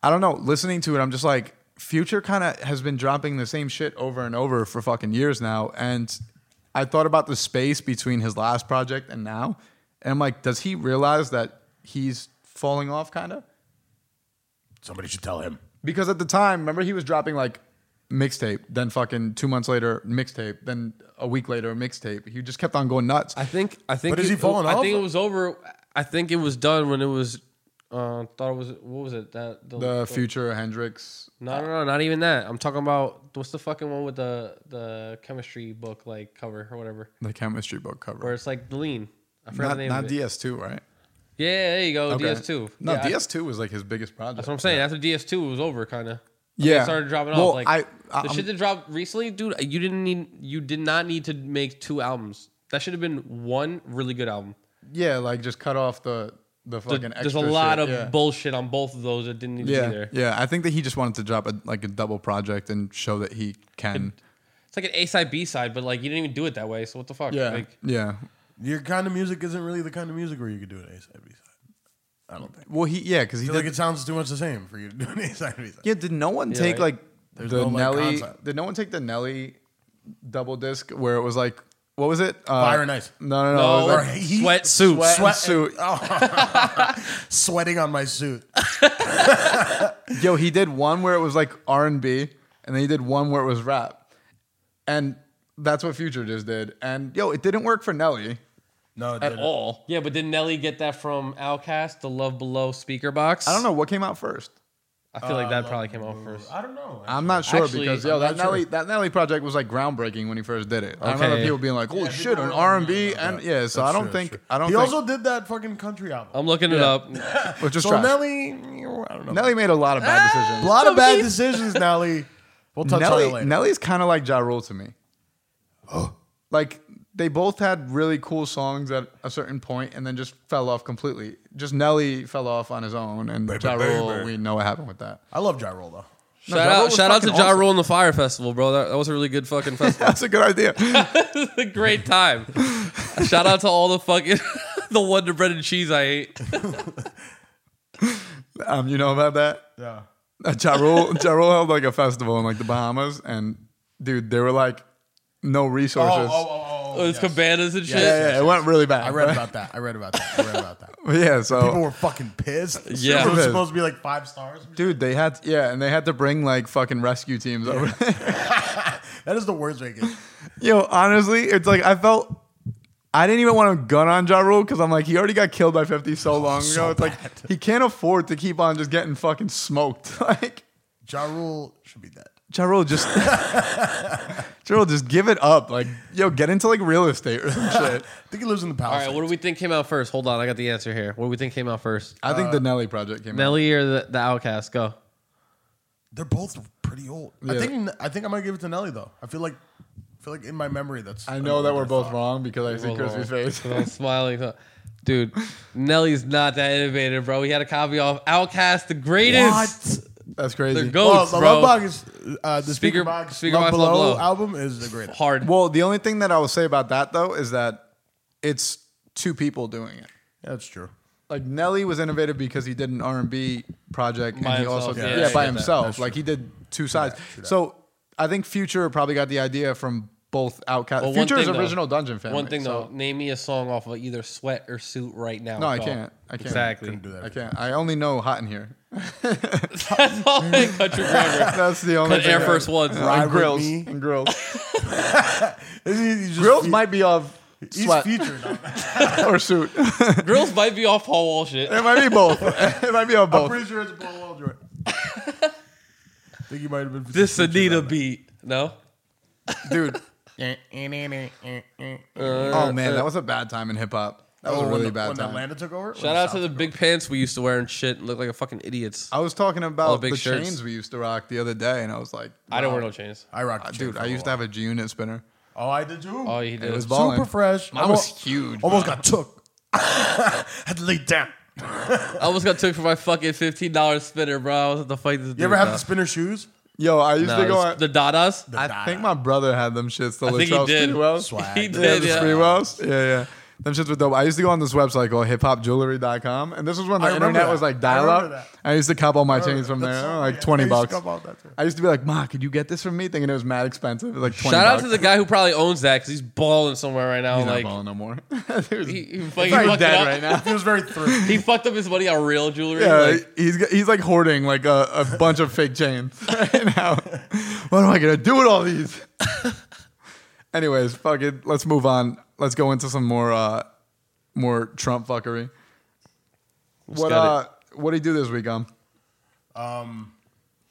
S2: I don't know. Listening to it, I'm just like Future kind of has been dropping the same shit over and over for fucking years now, and I thought about the space between his last project and now, and I'm like, does he realize that he's falling off, kind of?
S4: Somebody should tell him.
S2: Because at the time, remember he was dropping like mixtape, then fucking two months later mixtape, then a week later mixtape. He just kept on going nuts.
S3: I think I think
S4: But is he falling
S3: I
S4: off?
S3: think it was over. I think it was done when it was. Uh, thought it was what was it that
S2: the future Hendrix.
S3: No, no, no, not even that. I'm talking about what's the fucking one with the the chemistry book like cover or whatever,
S2: The chemistry book
S3: where
S2: cover.
S3: it's like lean. I forgot
S2: Not,
S3: the name.
S2: not
S3: of it.
S2: DS2, right?
S3: Yeah, there you go.
S2: Okay.
S3: DS2.
S2: No,
S3: Yeah, I-
S2: DS2 was like his biggest project.
S3: that's what I'm saying. After DS2, it was over, kind of. when they
S2: Yeah.
S3: started dropping
S2: Well,
S3: off. Like
S2: I- I-
S3: the
S2: I'm-
S3: shit that dropped recently, dude. You didn't need. You did not need to make two albums. That should have been one really good album.
S2: Yeah, like just cut off the the
S3: Th-
S2: fucking.
S3: There's a
S2: extra
S3: lot
S2: shit,
S3: of
S2: yeah.
S3: bullshit on both of those that didn't need to
S2: Yeah,
S3: be there.
S2: yeah. I think that he just wanted to drop a, like a double project and show that he can.
S3: It's like an A side B side, but like you didn't even do it that way. So what the fuck? Like,
S2: yeah.
S4: Your kind of music isn't really the kind of music where you could do an A side B side. I don't think.
S2: Well, he yeah, because he
S4: I
S2: did.
S4: feel like it sounds too much the same for you to do an A side B side.
S2: yeah, did no one take
S3: right.
S2: like the
S4: no, like,
S2: Nelly?
S4: concept.
S2: did no one take the Nelly double disc where it was like what was it? Uh,
S4: Fire and Ice.
S2: No, no, no. it
S3: oh,
S2: was
S4: or
S2: like
S4: like- he-
S3: sweat suits.
S2: Sweat-
S4: Sweat-
S2: suit.
S4: Sweating on my suit.
S2: (laughs) Yo, he did one where it was like R and B, and then he did one where it was rap, and that's what Future just did. And yo, it didn't work for Nelly
S4: No, it
S2: at
S4: didn't.
S2: all.
S3: Yeah, but did Nelly get that from Outcast, the Love Below speaker box?
S2: I don't know what came out first.
S3: I feel like that probably came out first.
S4: I don't know.
S2: I'm not sure
S3: Actually,
S2: because
S3: I'm
S2: yo,
S3: not
S2: that
S3: sure.
S2: Nelly that Nelly project was like groundbreaking when he first did it. I remember
S3: Okay.
S2: people being like, "Holy
S4: Yeah,
S2: shit,
S4: people
S2: an
S4: were
S2: R and
S4: really
S2: B,"
S4: about
S2: and
S4: that.
S2: yeah. So I
S4: That's
S2: don't
S4: true,
S2: think
S4: that's true.
S2: I don't.
S4: He
S2: think, Oh,
S4: also did that fucking country album.
S3: I'm looking it
S2: Yeah. (laughs)
S3: up.
S2: which is
S4: so
S2: trash. Nelly,
S4: Nelly, I don't know.
S2: made a lot of bad decisions.
S4: a lot of bad
S3: Nelly-
S4: decisions, Nelly. We'll touch on it
S2: Nelly,
S4: later.
S2: Nelly's kind of like Ja Rule to me. Oh. like they both had really cool songs at a certain point, and then just fell off completely. Just Nelly fell off on his own, and Ja Rule, we know what happened with that.
S4: I love Gyro though.
S3: Shout
S2: Ja Rule
S3: out,
S2: was
S3: shout out to
S2: fucking
S3: Ja
S2: awesome.
S3: Rule and the Fire Festival, bro. That, that was a really
S2: (laughs)
S3: good fucking festival.
S2: (laughs) That's a good idea.
S3: It was a (laughs) great time. shout out to all the fucking (laughs) the Wonder Bread and Cheese I ate.
S2: (laughs) um, you know about that?
S4: Yeah.
S2: Uh, Ja Rule, ja Rule held like a festival in like the Bahamas, and dude, they were like no
S4: Oh,
S2: resources.
S4: oh, oh, oh,
S3: It was
S4: yes.
S3: cabanas and shit.
S2: yeah, yeah, it went really bad.
S4: I read about that. I read about that. I read about that.
S2: But (laughs) yeah,
S4: People
S2: so
S4: were fucking pissed.
S3: Yeah.
S4: it was supposed to be like five stars.
S2: dude, they had yeah, and they had to bring like fucking rescue teams over.
S4: That is the worst way.
S2: Yo, honestly, it's like I felt I didn't even want to gun on Ja Rule because I'm like he already got killed by 50 Oh, so long
S4: so
S2: ago. It's
S4: bad.
S2: like he can't afford to keep on just getting fucking smoked. (laughs) Like
S4: Ja Rule should be dead.
S2: Ja Rule (laughs) just. Ja Rule, just give it up. Like, yo, get into like real estate or some shit.
S4: I think he lives in the
S3: All
S4: palace.
S3: right, what do we think came out first? Hold on, I got the answer here. What do we think came out first?
S2: I think the Uh, Nelly project came out.
S3: Nelly or the, the
S2: (laughs)
S3: Outcast? Go.
S4: They're both pretty old. I
S2: Yeah.
S4: think I think I might give it to Nelly though. I feel like I feel like in my memory that's.
S2: I know that we're both wrong because I see
S3: Hold on.
S2: Chris's face.
S3: 'Cause I'm smiling. Dude, Nelly's not that innovative, bro. He had a copy off Outcast, the greatest.
S4: What?
S2: (laughs) That's crazy.
S3: They're go-
S4: Oh,
S3: Oats,
S4: the
S3: bro.
S4: Love Box is uh, the
S3: Speaker-
S4: Speaker Box.
S3: Speaker
S4: Love
S3: Box, Love
S4: Below,
S3: Below.
S4: album is the
S3: (laughs)
S4: greatest.
S3: Hard.
S2: well, the only thing that I will say about that though is that it's two people doing it.
S4: Yeah, that's true.
S2: Like Nelly was innovative because he did an R and B project
S3: By
S2: and he
S3: himself,
S2: also
S3: yeah,
S2: yeah,
S3: that's
S2: by
S3: true.
S2: himself. Like he did two sides. so I think Future probably got the idea from both Outcast.
S3: Well, one
S2: Future's
S3: thing, though-
S2: original Dungeon Family.
S3: One thing
S2: so
S3: though, name me a song off of either Sweat or Suit right now.
S2: No, I
S3: Go.
S2: can't. I can't.
S3: Exactly.
S4: Couldn't do that.
S2: I can't. I only know Hot in Here. (laughs)
S3: (laughs) That's all in country grammar.
S2: That's the only.
S3: Cut
S2: thing
S3: Air
S2: I-
S3: Force Ones.
S2: And
S4: Ride with
S2: grills
S4: me.
S2: and grills.
S4: Isn't he- he's just-
S2: grills
S4: he-
S2: might be of
S4: he's
S2: sweat
S3: (laughs)
S4: featured. on that.
S2: (laughs) or suit. (laughs)
S3: Grills might be off Paul Wall shit.
S2: It might be both. (laughs) It might be on
S4: I'm
S2: both.
S4: pretty sure it's Paul Waldron.
S2: (laughs)
S4: I think he might have been.
S3: This
S4: featured
S3: Anita
S4: on that.
S3: beat. No?
S2: Dude. oh man, that was a bad time in hip hop. That was
S4: Oh,
S2: a
S4: when
S2: really
S4: the-
S2: bad
S4: when
S2: time.
S4: Atlanta took over.
S3: Shout out to the big pants we used to wear and shit and look like a fucking idiots.
S2: I was talking about
S3: big
S2: the
S3: shirts.
S2: chains we used to rock the other day, and I was like,
S3: I don't wear no chains.
S4: I rocked,
S2: dude, I used to have a G unit spinner.
S4: Oh, I did too.
S3: Oh, he did.
S2: It was
S4: super
S2: balling.
S4: fresh.
S2: Mine was huge,
S4: Almost
S2: bro.
S4: got took. (laughs) had to lay down.
S3: I almost got took for my fucking fifteen dollars spinner, bro. I was at the fight. This
S4: You ever have the spinner shoes?
S2: Yo, I used
S3: no,
S2: to go.
S3: the,
S2: on,
S3: the Dadas?
S2: I think my (laughs) brother had them shits. The
S3: I think he
S2: Latrell
S3: did.
S2: Sprewells.
S4: Swag.
S3: He
S4: Yeah,
S2: Yeah,
S3: did.
S2: the
S3: Yeah,
S2: Sprewells. Yeah, yeah. Them shits were dope. I used to go on this website called hiphopjewelry.com, and this was when the
S4: I remember
S2: internet
S4: that.
S2: was like
S4: I
S2: dial
S4: remember
S2: up.
S4: that.
S2: I used to cop all my
S4: remember
S2: chains
S4: that.
S2: from
S4: That's
S2: there,
S4: so-
S2: like
S4: yeah, I
S2: twenty
S4: used to
S2: bucks.
S4: cop all that too.
S2: I used to be like, Ma, could you get this from me? Thinking it was mad expensive. It was like 20
S3: Shout out
S2: bucks.
S3: to the guy who probably owns that because he's balling somewhere right now.
S2: He's
S3: like
S2: not balling no more. (laughs) Dude,
S3: he,
S2: he's
S3: he fucking
S2: probably
S3: fucked it
S2: dead
S3: up.
S2: right now.
S4: He was very
S3: (laughs)
S4: thrifty.
S3: He fucked up his money on real jewelry.
S2: Yeah,
S3: like,
S2: he's got- he's like hoarding like a, a bunch of fake chains (laughs) right now. What am I gonna do with all these? (laughs) Anyways, fuck it. Let's move on. Let's go into some more uh, more Trump fuckery. what
S3: get it.
S2: uh, what did he do this week? Um,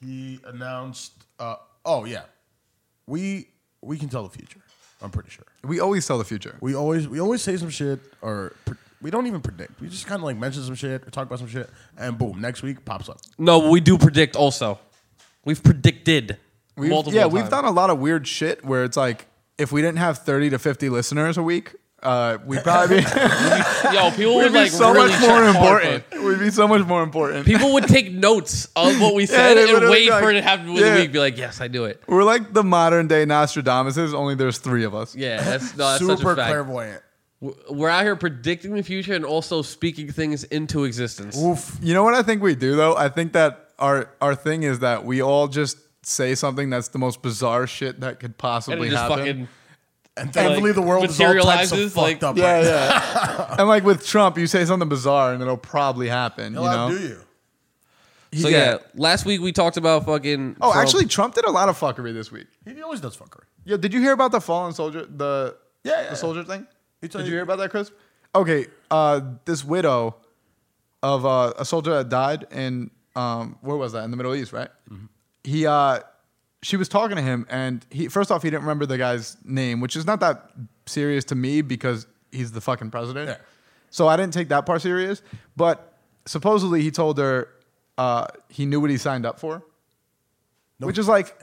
S4: he announced. Uh, oh yeah, we we can tell the future. I'm pretty sure.
S2: we always tell the future.
S4: We always we always say some shit or. Pre- we don't even predict. We just kind of like mention some shit or talk about some shit, and boom, next week pops up.
S3: no, we do predict also. We've predicted
S2: We've,
S3: multiple
S2: yeah, we've
S3: times.
S2: done a lot of weird shit where it's like if we didn't have 30 to 50 listeners a week, uh, we'd probably be, (laughs)
S3: Yo, people
S2: we'd
S3: would
S2: be
S3: like
S2: so
S3: really
S2: much more
S3: check hard for
S2: important.
S3: it.
S2: We'd be so much more important.
S3: People would take notes
S2: (laughs)
S3: of what we said
S2: they
S3: and
S2: literally
S3: wait
S2: be like,
S3: for it to happen within
S2: yeah.
S3: the week. Be like, yes, I do it.
S2: We're like the modern day Nostradamuses, only there's three of us.
S3: Yeah, that's, no, that's such
S4: Super
S3: a fact.
S4: clairvoyant.
S3: W- We're out here predicting the future and also speaking things into existence.
S2: Oof. You know what I think we do though? I think that our our thing is that we all just say something that's the most bizarre shit that could
S3: and
S2: possibly
S3: it just
S2: happen.
S3: fucking
S4: And thankfully,
S3: like,
S4: the world is all types of
S3: materializes,
S4: fucked
S3: like-
S4: up.
S2: yeah,
S4: right now.
S2: yeah. and like with Trump, you say something bizarre and it'll probably happen.
S4: Hell,
S2: you
S4: how
S2: know?
S4: do you?
S3: So yeah. last week we talked about fucking.
S2: Oh,
S3: Trump.
S2: actually, Trump did a lot of fuckery this week.
S4: He always does fuckery.
S2: Yo, did you hear about the fallen soldier? The
S4: Yeah, yeah,
S2: the soldier thing.
S4: He
S2: Did
S4: told
S2: you
S4: you-
S2: hear about that, Chris? Okay, uh, this widow of uh, a soldier that died in um, where was that in the Middle East, right?
S3: Mm-hmm.
S2: He uh, she was talking to him, and he first off he didn't remember the guy's name, which is not that serious to me because he's the fucking president.
S4: Yeah.
S2: So I didn't take that part serious, but supposedly he told her uh, he knew what he signed up for which is like,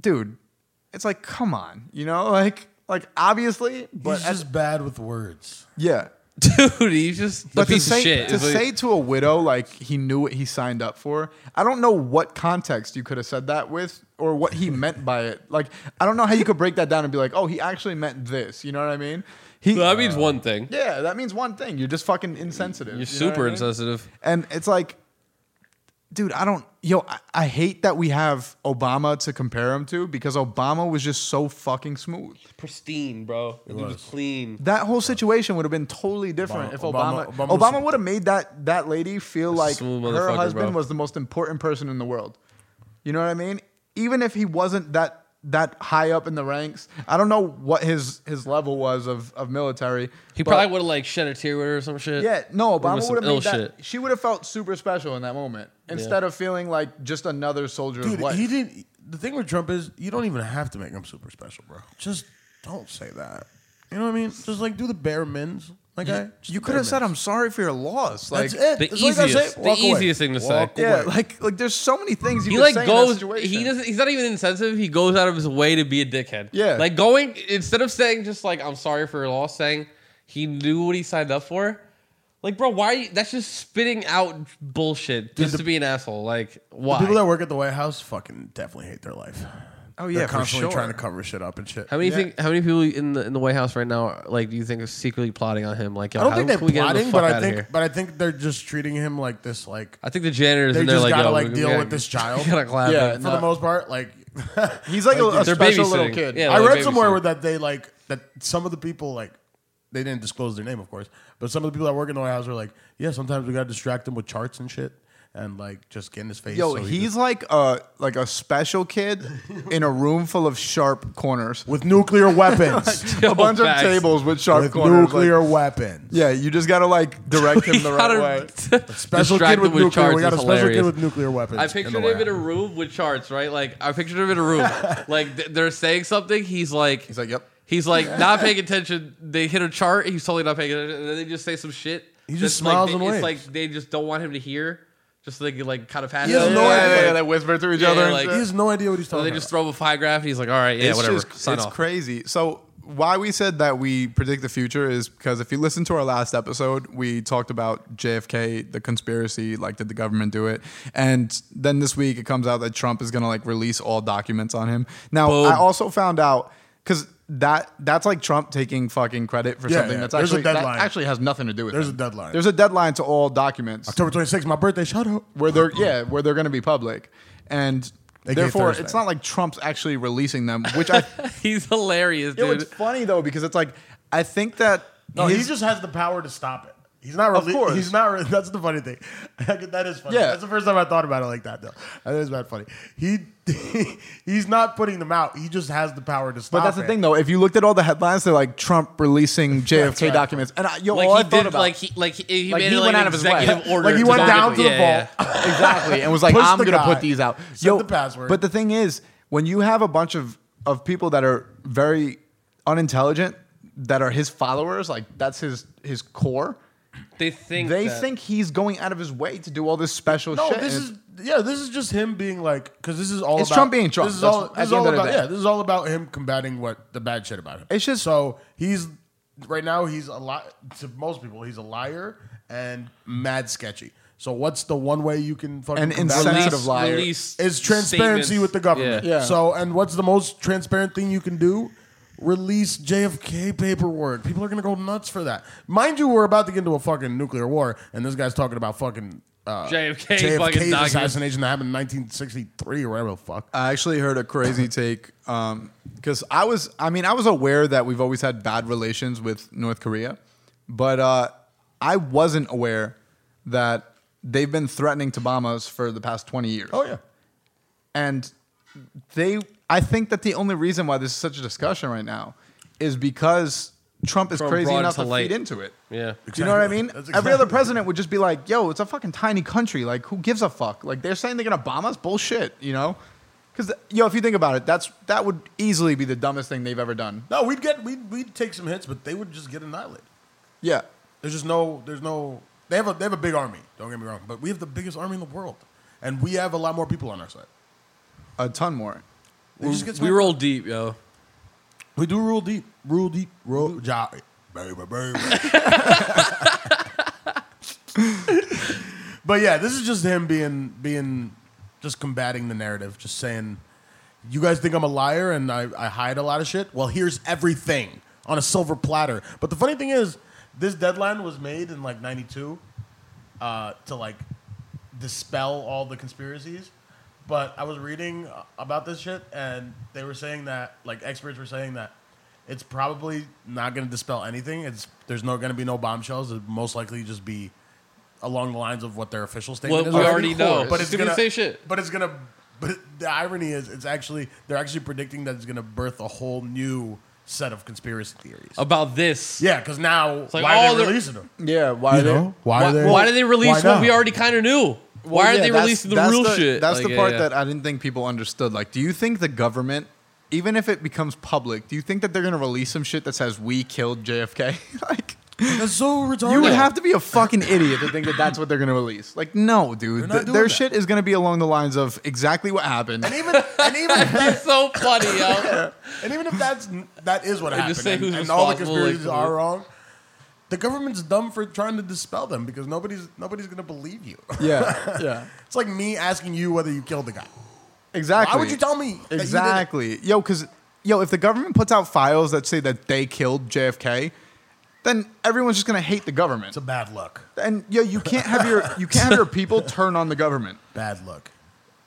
S2: dude, it's like, come on, you know, like, like obviously, but
S4: He's just bad with words.
S2: yeah,
S3: (laughs) dude, he's just the
S2: but to
S3: piece
S2: say
S3: of shit.
S2: to
S3: It's like-
S2: say to a widow like he knew what he signed up for. I don't know what context you could have said that with, or what he meant by it. Like, I don't know how you could break that down and be like, oh, he actually meant this. You know what I mean? He,
S3: Well, that means one thing.
S2: yeah, that means one thing. You're just fucking insensitive.
S3: You're
S2: you know what
S3: super
S2: I mean?
S3: insensitive.
S2: And it's like, dude, I don't, yo, I, I hate that we have Obama to compare him to because Obama was just so fucking smooth.
S3: Pristine, bro. It, was.
S4: was.
S3: clean.
S2: That whole situation would have been totally different
S4: Obama-
S2: if Obama
S4: Obama-
S2: Obama,
S4: Obama was-
S2: would have made that that lady feel like
S3: smooth
S2: her
S3: motherfucker,
S2: husband
S3: bro.
S2: was the most important person in the world. You know what I mean? Even if he wasn't that that high up in the ranks, I don't know what his his level was of of military.
S3: He
S2: but-
S3: probably would have like shed a tear with her or some shit.
S2: yeah, no,
S3: was
S2: Obama
S3: some
S2: would have
S3: ill
S2: made that.
S3: shit.
S2: She would have felt super special in that moment instead of feeling like just another soldier's
S4: Dude,
S2: wife.
S4: he didn't. The thing with Trump is you don't even have to make him super special, bro. Just don't say that. You know what I mean? Just like do the bare mins, my guy. Just
S2: you
S4: the
S2: could
S4: bare
S2: have said,
S4: mins.
S2: "I'm sorry for your loss." Like,
S4: That's it.
S3: The
S4: That's all you gotta say.
S3: easiest- the
S4: Walk away.
S3: easiest thing to say.
S4: Walk
S2: yeah,
S4: away.
S2: like like there's so many things you
S3: He
S2: could
S3: like
S2: say in that
S3: goes.
S2: situation.
S3: He doesn't. He's not even insensitive. He goes out of his way to be a dickhead.
S2: Yeah.
S3: Like going instead of saying just like I'm sorry for your loss, saying he knew what he signed up for. Like, bro, why? That's just spitting out bullshit just to be an asshole. Like, why?
S4: People that work at the White House fucking definitely hate their life.
S2: Oh
S4: They're constantly trying to cover shit up and shit.
S3: How many
S2: Yeah.
S3: think? How many people in the in the White House right now? are, Like, do you think are secretly plotting on him? Like, yo,
S4: I don't
S3: how
S4: think
S3: can we
S4: they're
S3: get him the fuck
S4: plotting, but I
S3: outta
S4: think,
S3: here?
S4: but I think they're just treating him like this. Like
S3: I think the janitors
S4: they
S3: and they're
S4: just
S3: like,
S4: gotta
S3: yo,
S4: like
S3: we
S4: deal
S3: gotta- (laughs)
S4: with this child.
S3: we gotta clap.
S2: Yeah,
S3: him.
S4: for
S2: no.
S4: the most part, like
S2: (laughs) He's like a, a
S3: They're
S2: special little
S3: babysitting.
S2: kid.
S3: Yeah,
S4: I
S3: like
S4: read somewhere
S3: babysitting.
S4: where that they like that some of the people like they didn't disclose their name, of course, but some of the people that work in the White House were like, yeah, sometimes we gotta distract him with charts and shit, and like just get in his face.
S2: Yo,
S4: so he
S2: he's
S4: just-
S2: like a like a special kid in a room full of sharp corners, (laughs)
S4: with nuclear
S3: (laughs)
S4: weapons,
S3: Yo,
S2: a bunch
S3: facts.
S2: of tables with sharp
S4: with
S2: corners.
S4: nuclear
S2: Like,
S4: weapons.
S2: yeah, you just gotta like
S3: (laughs)
S2: direct him the right way.
S4: (laughs) special
S3: Distract
S4: kid
S3: him
S4: with, nuclear.
S3: charts
S4: We got a
S3: is
S4: special kid
S3: hilarious.
S4: with nuclear weapons.
S3: I
S4: in the
S3: pictured
S4: White
S3: him in a
S4: House.
S3: room with charts, right? Like I pictured him in
S2: (laughs)
S3: a room. like th- they're saying something. He's like,
S2: He's like, yep. (laughs)
S3: he's like not paying attention. They hit a chart. He's totally not paying attention. And then they just say some shit.
S4: He just
S3: that's, like,
S4: smiles
S3: they-
S4: and
S3: It's
S4: waves.
S3: like they just don't want him to hear. Just so they can like kind of pass.
S4: He
S3: it
S4: has
S3: on.
S4: no
S3: Like,
S4: idea.
S2: yeah,
S4: like-
S2: they whisper to each
S3: Yeah,
S2: other. and
S3: like-
S2: shit.
S4: He has no idea what he's
S3: So
S4: talking
S3: they
S4: about.
S3: just throw him a pie graph. And he's like, all right, yeah,
S2: it's
S3: whatever.
S2: just
S3: Sign
S2: it's
S3: off.
S2: crazy. So why we said that we predict the future is because if you listen to our last episode, we talked about JFK, the conspiracy, like did the government do it? And then this week it comes out that Trump is gonna like release all documents on him. Now
S3: Boom.
S2: I also found out because that that's like Trump taking fucking credit for
S4: Yeah,
S2: something
S4: yeah.
S2: that's
S4: There's a
S2: actually that
S4: deadline.
S2: actually has nothing to do with
S4: There's a
S2: him.
S4: deadline.
S2: There's a deadline to all documents
S4: October 26th, my birthday. Shut up.
S2: where they're yeah where they're going to be public and
S4: They gave
S2: therefore
S4: Thursday.
S2: it's not like trump's actually releasing them which
S4: (laughs)
S2: i
S3: He's hilarious,
S2: Yo,
S3: dude.
S2: it's funny though because it's like I think that
S4: No,
S2: his-
S4: he just has the power to stop it. He's not
S2: Of
S4: really.
S2: course.
S4: He's not. Really, (laughs) that's the funny thing. that is funny.
S2: Yeah.
S4: That's the first time I thought about it like that, though. That is bad funny. He (laughs) he's not putting them out. He just has the power to stop.
S2: But that's the
S4: it.
S2: thing though. If you looked at all the headlines, they're like Trump
S4: (laughs)
S2: releasing JFK
S4: right.
S2: documents, and I, yo,
S3: like
S2: all I
S3: he
S2: thought
S3: did,
S2: about
S3: like he, like he, he
S2: Like,
S3: made
S2: he
S3: it, like,
S2: went
S3: an
S2: out of his way.
S3: executive
S2: Yeah.
S3: order.
S4: Like, he
S3: to
S4: went
S3: go
S4: down
S3: get
S4: to
S3: them.
S4: the
S3: Yeah, yeah,
S2: (laughs)
S3: yeah.
S2: exactly, and was like,
S4: Push
S2: I'm
S4: the
S2: gonna
S4: guy.
S2: put these out.
S4: Set the password.
S2: But the thing is, when you have a bunch of of people that are very unintelligent, that are his followers, like that's his his core.
S3: They think
S2: They
S3: that-
S2: think he's going out of his way to do all this special
S4: No,
S2: shit.
S4: this
S2: It's-
S4: is yeah. This is just him being like because this is all.
S2: It's
S4: about,
S2: Trump being Trump.
S4: This is
S2: That's-
S4: all.
S2: at
S4: This is
S2: the
S4: all
S2: end of the
S4: about
S2: day.
S4: yeah. This is all about him combating what the bad shit about him.
S2: It's just-
S4: so he's right now he's a lot to most people he's a liar and mad sketchy. So what's the one way you can fucking
S2: An
S4: combat
S2: insensitive
S4: that?
S2: Sensitive liar.
S4: is transparency
S3: statements.
S4: with the government.
S3: Yeah.
S2: Yeah.
S4: So, and what's the most transparent thing you can do? Release JFK paperwork. People are gonna go nuts for that. Mind you, we're about to get into a fucking nuclear war, and this guy's talking about fucking uh,
S3: JFK fucking
S4: JFK's
S3: documents.
S4: assassination that happened in 1963 or whatever the fuck.
S2: I actually heard a crazy (laughs) take because I was, I mean, I was aware that we've always had bad relations with North Korea, but uh, I wasn't aware that they've been threatening to bomb us for the past 20 years.
S4: Oh yeah,
S2: And they, I think that the only reason why this is such a discussion right now is because Trump is
S3: Trump
S2: crazy
S3: brought it
S2: enough
S3: to
S2: to
S3: light.
S2: feed into it.
S3: Yeah.
S2: Do you know what I
S4: Exactly.
S2: mean?
S4: That's
S2: Every other
S4: exactly-
S2: president would just be like, "Yo, it's a fucking tiny country. Like, who gives a fuck? Like, they're saying they're gonna bomb us. Bullshit. You know? Because yo, if you think about it, that's that would easily be the dumbest thing they've ever done.
S4: no, we'd get we'd, we'd take some hits, but they would just get annihilated.
S2: Yeah,
S4: There's just no. There's no. They have a they have a big army. Don't get me wrong, but we have the biggest army in the world, and we have a lot more people on our side.
S2: a ton more.
S4: They just get
S3: We
S4: smacked.
S3: roll deep, yo.
S4: We do rule deep, rule deep, rule job. but yeah, this is just him being being just combating the narrative, just saying, "You guys think I'm a liar and I, I hide a lot of shit. Well, here's everything on a silver platter." But the funny thing is, this deadline was made in like '92 uh, to like dispel all the conspiracies. But I was reading about this shit, and they were saying that like experts were saying that it's probably not going to dispel anything. It's there's no going to be no bombshells. It most likely just be along the lines of what their official statement
S3: Well,
S4: is.
S3: we
S4: already.
S3: already
S2: of
S3: know.
S2: course.
S4: But it's
S3: Did we
S4: gonna
S3: say shit.
S4: But it's gonna. But the irony is, it's actually they're actually predicting that it's gonna birth a whole new set of conspiracy theories.
S3: About this.
S4: yeah, because now
S3: like
S4: why
S3: all
S4: are they
S3: the-
S4: releasing them?
S2: Yeah, why?
S4: You know? Why are
S3: Why,
S4: they-
S3: why did they release
S4: why
S3: what we
S4: not?
S3: already kind of knew? Why are they releasing the real shit?
S2: That's
S3: Like,
S2: the
S3: yeah,
S2: part
S3: yeah.
S2: that I didn't think people understood. Like, do you think the government, even if it becomes public, do you think that they're gonna release some shit that says we killed JFK? (laughs) like.
S4: That's so retarded.
S2: You would have to be a fucking idiot to think that that's what they're going to release. Like, no, dude.
S4: not
S2: Th-
S4: doing
S2: their
S4: that.
S2: shit is going to be along the lines of exactly what happened.
S4: and even and even
S3: (laughs)
S4: if that,
S3: That's so funny, yo.
S4: and even if that's that is what
S3: And
S4: happened,
S3: just say
S4: and,
S3: who's
S4: and all the
S3: responsible, like,
S4: conspiracies
S3: for-
S4: are wrong. The government's dumb for trying to dispel them because nobody's nobody's gonna believe you.
S2: (laughs)
S4: (laughs)
S2: Yeah, (laughs) yeah.
S4: it's like me asking you whether you killed the guy.
S2: Exactly.
S4: Why would you tell me? that you did it?
S2: Exactly. Yo, because, yo, if the government puts out files that say that they killed JFK, then everyone's just going to hate the government.
S4: It's a bad look.
S2: And, yo, you can't have your, you can't have your
S4: (laughs)
S2: people turn on the government.
S4: Bad look.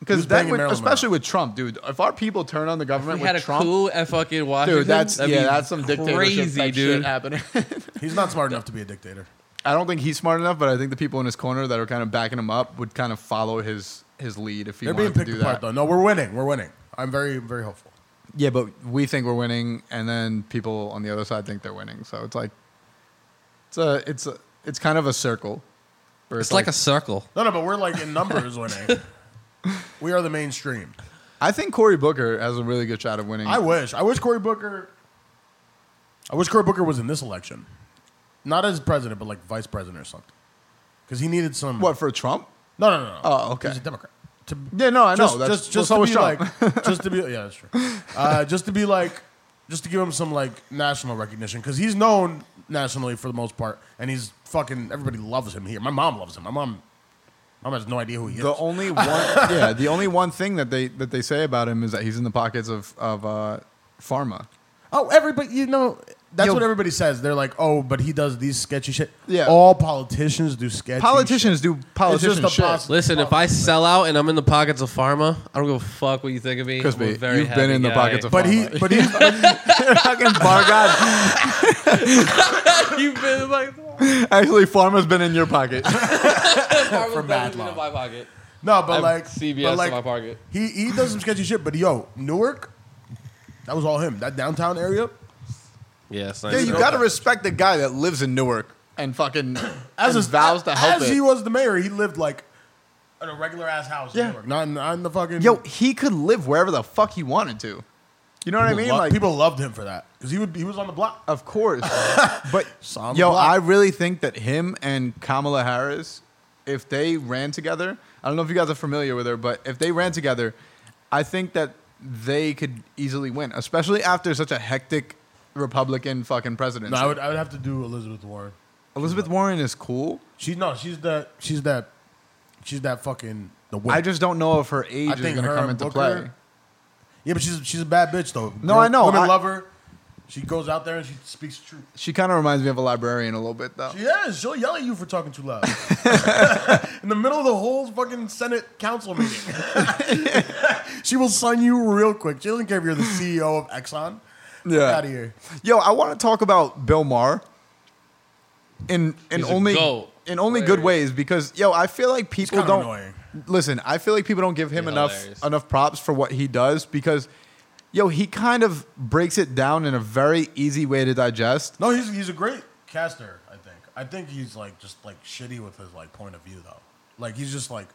S2: Because
S4: Who's
S2: that
S4: banging
S2: would,
S4: Marilyn
S2: especially with Trump, dude, if our people turn on the
S3: We
S2: government
S3: had
S2: (laughs)
S3: a
S2: with Trump,
S3: coup at fucking Washington.
S2: dude, that's,
S3: That'd
S2: yeah,
S3: be
S2: that's some dictatorship
S3: crazy,
S2: type
S3: dude.
S2: shit happening.
S4: He's not smart enough to be a dictator.
S2: I don't think he's smart enough, but I think the people in his corner that are kind of backing him up would kind of follow his his lead if he
S4: They're being
S2: wanted to
S4: picked
S2: do
S4: apart,
S2: that.
S4: though. No, we're winning. We're winning. I'm very, very hopeful.
S2: Yeah, but we think we're winning, and then people on the other side think they're winning. So it's like it's a it's a it's kind of a circle. where
S3: It's like a circle.
S4: No, no, but we're like in numbers
S2: (laughs)
S4: winning. We are the mainstream.
S2: I think Cory Booker has a really good shot of winning.
S4: I wish. I wish Cory Booker. I wish Cory Booker was in this election, not as president, but like vice president or something, because he needed some.
S2: what for Trump?
S4: No, no, no. no.
S2: Oh, okay.
S4: He's a Democrat. To,
S2: Yeah, no, I know.
S4: just,
S2: That's-
S4: just,
S2: well,
S4: just
S2: so
S4: to
S2: was
S4: be
S2: Trump. (laughs)
S4: like, just to be, yeah, that's true. Uh, just to be like, just to give him some like national recognition because he's known nationally for the most part, and he's fucking everybody loves him here. My mom loves him. My mom, my mom has no idea who he is.
S2: The (laughs) only one, yeah, the only one thing that they that they say about him is that he's in the pockets of of uh, pharma.
S4: Oh, everybody, you know, that's
S2: Yo-
S4: what everybody says. They're like, oh, but he does these sketchy shit.
S2: Yeah.
S4: All politicians do sketchy shit.
S2: Politicians do politician
S4: a
S2: shit. (laughs)
S4: pos-
S3: Listen, if I sell out and I'm in the pockets of pharma, I don't give a fuck what you think of me.
S2: Crispy,
S3: I'm a very
S2: you've been
S3: happy
S2: in the
S3: guy.
S2: pockets of
S4: But he,
S2: Pharma.
S4: but he,
S2: fucking bar god.
S3: (laughs) you've been in the pockets of pharma.
S2: (laughs) Actually, pharma's been in your (laughs) pocket.
S3: Pharma's
S4: For
S3: never
S4: mad
S3: been in
S4: long.
S3: my pocket.
S4: no, but
S3: I'm
S4: like,
S3: CVS
S4: but
S3: in
S4: like,
S3: my pocket.
S4: He he does some sketchy shit, but yo, Newark, that was all him. That downtown area,
S3: Yeah, it's
S2: Yeah,
S3: nice.
S2: you gotta respect the guy that lives in Newark and fucking as
S4: his-
S2: and vows to help
S4: as
S2: it.
S4: he was the mayor, he lived like in a regular ass house in
S2: Yeah.
S4: Newark, not in, not in the fucking.
S2: Yo, he could live wherever the fuck he wanted to. You know what I
S4: People
S2: mean?
S4: lo-
S2: Like,
S4: people loved him for that. because he would he was on the block.
S2: Of
S4: (laughs)
S2: course. but
S4: Solid
S2: yo,
S4: block.
S2: I really think that him and Kamala Harris, if they ran together, I don't know if you guys are familiar with her, but if they ran together, I think that they could easily win, especially after such a hectic Republican fucking presidency.
S4: No, I would I would have to do Elizabeth Warren.
S2: Elizabeth Warren is cool.
S4: She's no, she's that she's that she's that fucking the whip.
S2: I just don't know if her age
S4: I
S2: is
S4: think
S2: going to
S4: her
S2: come
S4: and
S2: into
S4: Booker-
S2: play.
S4: yeah, but she's she's a bad bitch though.
S2: No, I know.
S4: Women
S2: I-
S4: love her. She goes out there and she speaks the truth.
S2: She kind of reminds me of a librarian a little bit, though.
S4: Yeah, she'll yell at you for talking too (laughs) loud in the middle of the whole fucking Senate Council meeting. (laughs) she will sign you real quick. She doesn't care if you're the CEO of Exxon.
S2: Yeah.
S4: out of here.
S2: Yo, I want to talk about Bill Maher in in
S3: He's a
S2: only
S3: goat.
S2: in only good
S3: Hilarious.
S2: ways because yo, I feel like people
S4: kinda
S2: don't
S4: annoying.
S2: listen. I feel like people don't give him
S3: Yeah,
S2: enough
S3: hilarious.
S2: enough props for what he does because yo, he kind of breaks it down in a very easy way to digest.
S4: No, he's he's a great caster. I think. I think he's like just like shitty with his like point of view though. Like he's just like,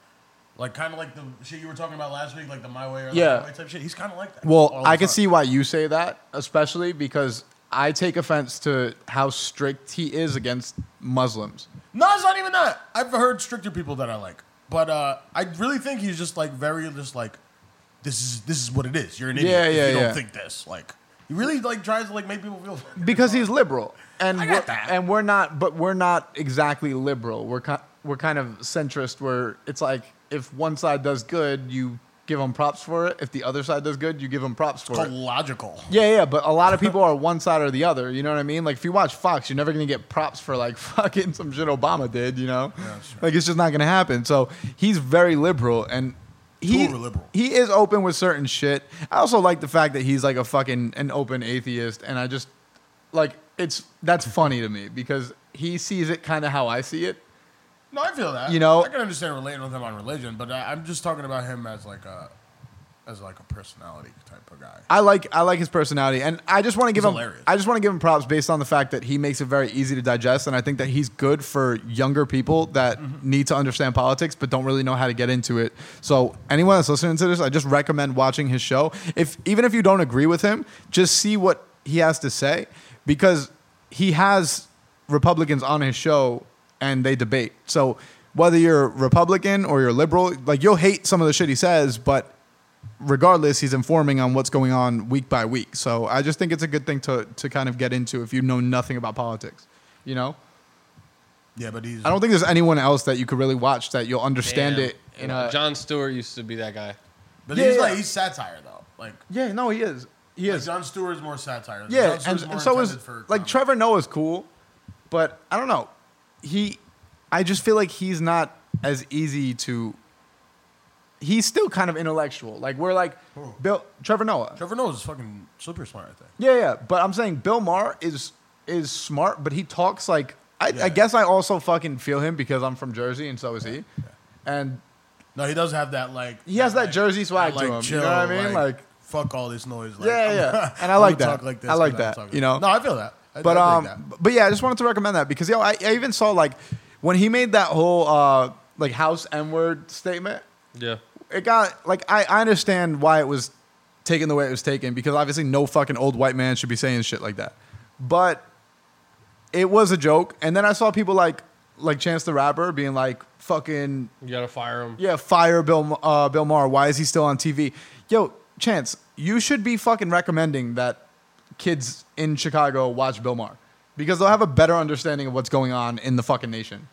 S4: like kind of like the shit you were talking about last week, like the my way or like,
S2: Yeah.
S4: my way type shit. He's kind of like that.
S2: Well,
S4: all the
S2: I can
S4: time.
S2: see why you say that, especially because I take offense to how strict he is against Muslims.
S4: No, it's not even that. I've heard stricter people that I like, but uh, I really think he's just like very just like, this is this is what it is. You're an idiot.
S2: Yeah,
S4: if
S2: yeah,
S4: You
S2: yeah.
S4: don't think this like. He really like tries to like make people feel.
S2: because he's liberal, and
S4: I
S2: we're,
S4: got that.
S2: and we're not, but we're not exactly liberal. We're ki- we're kind of centrist. Where it's like if one side does good, you give them props for it. If the other side does good, you give them props for
S4: Called
S2: it.
S4: logical.
S2: Yeah, yeah, but a lot of people are one side or the other. You know what I mean? Like if you watch Fox, you're never gonna get props for like (laughs) fucking some shit Obama did. You know, like it's just not gonna happen. So he's very liberal, and he
S4: Too liberal.
S2: he is open with certain shit. I also like the fact that he's like a fucking an open atheist, and I just like it's that's funny to me because he sees it kind of how I see it.
S4: No, I feel that.
S2: You know-
S4: I can understand relating with him on religion, but I, I'm just talking about him as like a, as like a personality type of guy.
S2: I like I like his personality, and I just want to give
S4: He's
S2: him
S4: hilarious.
S2: I just want to give him props based on the fact that he makes it very easy to digest, and I think that he's good for younger people that
S4: Mm-hmm.
S2: need to understand politics but don't really know how to get into it. So anyone that's listening to this, I just recommend watching his show. If even if you don't agree with him, just see what he has to say because he has Republicans on his show and they debate. So whether you're Republican or you're liberal, like you'll hate some of the shit he says, but regardless, he's informing on what's going on week by week. So I just think it's a good thing to to kind of get into if you know nothing about politics. You know,
S4: Yeah, but he's.
S2: I don't think there's anyone else that you could really watch that you'll understand
S3: Damn.
S2: it. In
S4: uh,
S2: a,
S3: John Stewart used to be that guy.
S4: But
S2: Yeah,
S4: he's
S2: yeah.
S4: like he's satire though. Like,
S2: yeah, no, he is. He
S4: like
S2: is.
S4: John Stewart's more satire.
S2: Yeah,
S4: Jon Stewart's
S2: and,
S4: more
S2: and so is
S4: intended for
S2: like
S4: comedy.
S2: Trevor Noah's cool, but I don't know. He, I just feel like he's not as easy to. He's still kind of intellectual. Like we're like
S4: Who?
S2: Bill Trevor Noah.
S4: Trevor Noah's fucking super smart. I think.
S2: Yeah, yeah. But I'm saying Bill Maher is is smart, but he talks like I,
S4: Yeah.
S2: I guess I also fucking feel him because I'm from Jersey and so is he. And
S4: No, he does have that like.
S2: He has that Jersey swag to him, you know what I mean? Like-
S4: fuck all this noise. Like,
S2: Yeah,
S4: I'm-
S2: yeah. And I
S4: (laughs) I'm
S2: like
S4: gonna
S2: that.
S4: talk Like this
S2: I like
S4: 'cause I'm
S2: that,
S4: talking-
S2: you know?
S4: No, I feel that. I,
S2: but
S4: I
S2: um
S4: dig that.
S2: but yeah, I just wanted to recommend that because yo, I, I even saw like when he made that whole uh like house N word statement,
S3: Yeah.
S2: it got like I, I understand why it was taken the way it was taken because obviously no fucking old white man should be saying shit like that. But it was a joke. And then I saw people like like Chance the Rapper being like fucking
S3: You gotta fire him.
S2: yeah, fire Bill uh, Bill Maher. Why is he still on TV? Yo, Chance, you should be fucking recommending that kids in Chicago watch Bill Maher because they'll have a better understanding of what's going on in the fucking nation.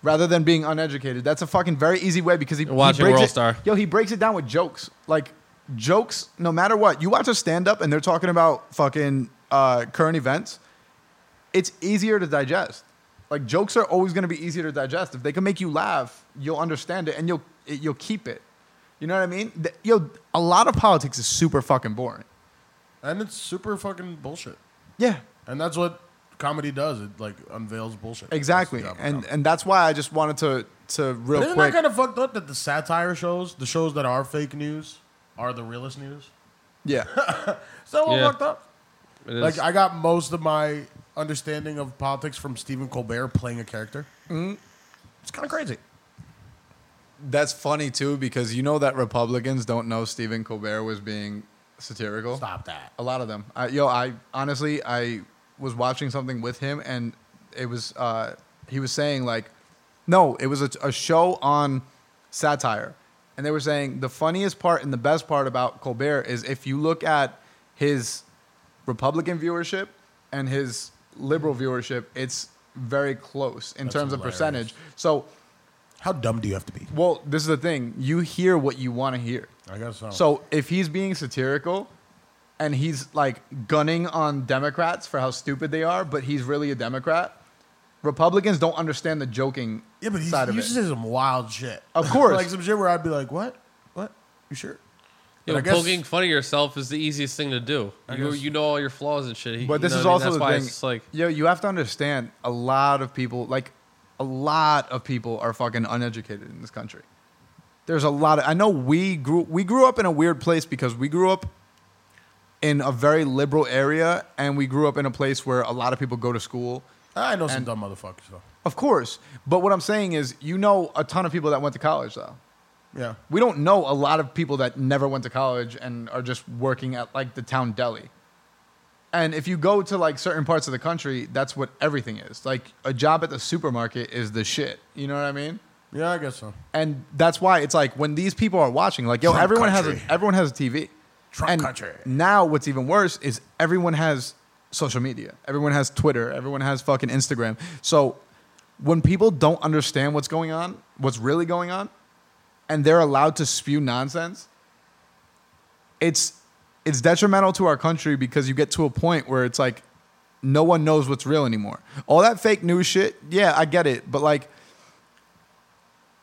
S2: Rather than being uneducated, that's a fucking very easy way because he, he
S3: Watching
S2: breaks
S3: World
S2: it,
S3: Star.
S2: Yo, he breaks it down with jokes. Like jokes, no matter what. You watch a stand up and they're talking about fucking uh, current events it's easier to digest. Like jokes are always going to be easier to digest. If they can make you laugh, you'll understand it and you'll it, you'll keep it. You know what I mean? Th- Yo, a lot of politics is super fucking boring.
S4: and it's super fucking bullshit.
S2: Yeah,
S4: And that's what comedy does. It like unveils bullshit.
S2: exactly.
S4: That's the job of
S2: And
S4: comedy.
S2: and that's why I just wanted to to real
S4: But isn't
S2: quick.
S4: that kind of fucked up that the satire shows, the shows that are fake news, are the realest news?
S2: yeah,
S4: Is that all
S3: Yeah.
S4: fucked up?
S3: It is-
S4: Like I got most of my understanding of politics from Stephen Colbert playing a character. Mm-hmm. It's kind of crazy.
S2: that's funny too because you know that Republicans don't know Stephen Colbert was being satirical.
S4: Stop that.
S2: A lot of them. I, yo, I honestly, I was watching something with him, and it was uh, he was saying like, no, it was a, a show on satire, and they were saying the funniest part and the best part about Colbert is if you look at his Republican viewership and his liberal viewership, it's very close in
S4: That's
S2: terms of
S4: hilarious.
S2: percentage. So,
S4: How dumb do you have to be?
S2: well, this is the thing: you hear what you want to hear.
S4: I guess so.
S2: So if he's being satirical and he's like gunning on Democrats for how stupid they are, but he's really a Democrat, Republicans don't understand the joking
S4: yeah, but he's,
S2: side of
S4: he
S2: it.
S4: used to say some wild shit. (laughs)
S2: Of course.
S4: like some shit where I'd be like, "What? What? You sure?"
S3: You
S4: But
S3: know,
S4: I guess-
S3: poking fun at yourself is the easiest thing to do. You,
S4: guess-
S3: you know all your flaws and shit.
S2: but this is also the thing. yo, you have to understand a lot of people, like a lot of people are fucking uneducated in this country. There's a lot of I know we grew we grew up in a weird place because we grew up in a very liberal area and we grew up in a place where a lot of people go to school
S4: I know some dumb motherfuckers though.
S2: Of course. But what I'm saying is, you know a ton of people that went to college, though.
S4: Yeah,
S2: We don't know a lot of people that never went to college and are just working at like the town deli. And if you go to like certain parts of the country, that's what everything is. Like a job at the supermarket is the shit. You know what I mean?
S4: yeah, I guess so.
S2: And that's why it's like when these people are watching, like yo,
S4: Trump
S2: everyone has
S4: country.
S2: a, everyone has a TV.
S4: Trump
S2: and
S4: country.
S2: Now what's even worse is everyone has social media. Everyone has Twitter. Everyone has fucking Instagram. So when people don't understand what's going on, what's really going on, and they're allowed to spew nonsense, it's it's detrimental to our country because you get to a point where it's like no one knows what's real anymore. All that fake news shit, yeah, I get it, but like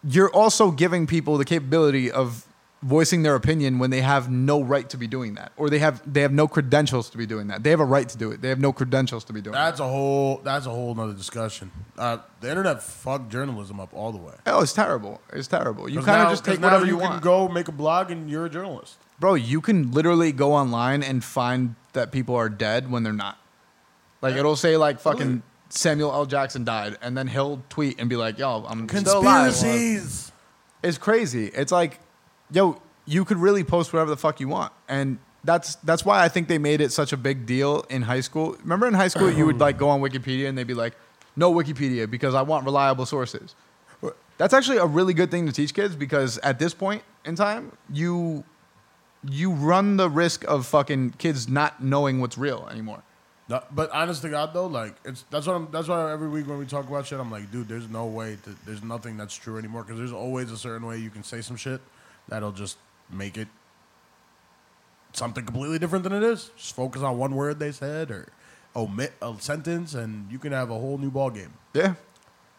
S2: you're also giving people the capability of voicing their opinion when they have no right to be doing that or they have they have no credentials to be doing that. They have a right to do it. They have no credentials to be doing that.
S4: That's a whole. That's a whole nother discussion. Uh, the internet fucked journalism up all the way.
S2: Oh, it's terrible. It's terrible. You
S4: 'Cause
S2: kind
S4: now-
S2: of just
S4: 'cause
S2: take
S4: now
S2: whatever you,
S4: you Can
S2: want.
S4: go make a blog and you're a journalist.
S2: Bro, you can literally go online and find that people are dead when they're not. Like it'll say like fucking Samuel L. Jackson died, and then he'll tweet and be like, "Yo, I'm still alive."
S4: Conspiracies.
S2: It's crazy. It's like, yo, you could really post whatever the fuck you want, and that's that's why I think they made it such a big deal in high school. Remember in high school, you would like go on Wikipedia and they'd be like, "No Wikipedia because I want reliable sources." That's actually a really good thing to teach kids because at this point in time, you you run the risk of fucking kids not knowing what's real anymore.
S4: No, but honest to God though, like it's that's what I'm, that's why every week when we talk about shit, I'm like, dude, there's no way that there's nothing that's true anymore because there's always a certain way you can say some shit that'll just make it something completely different than it is. Just focus on one word they said or omit a sentence, and you can have a whole new ball game.
S2: Yeah.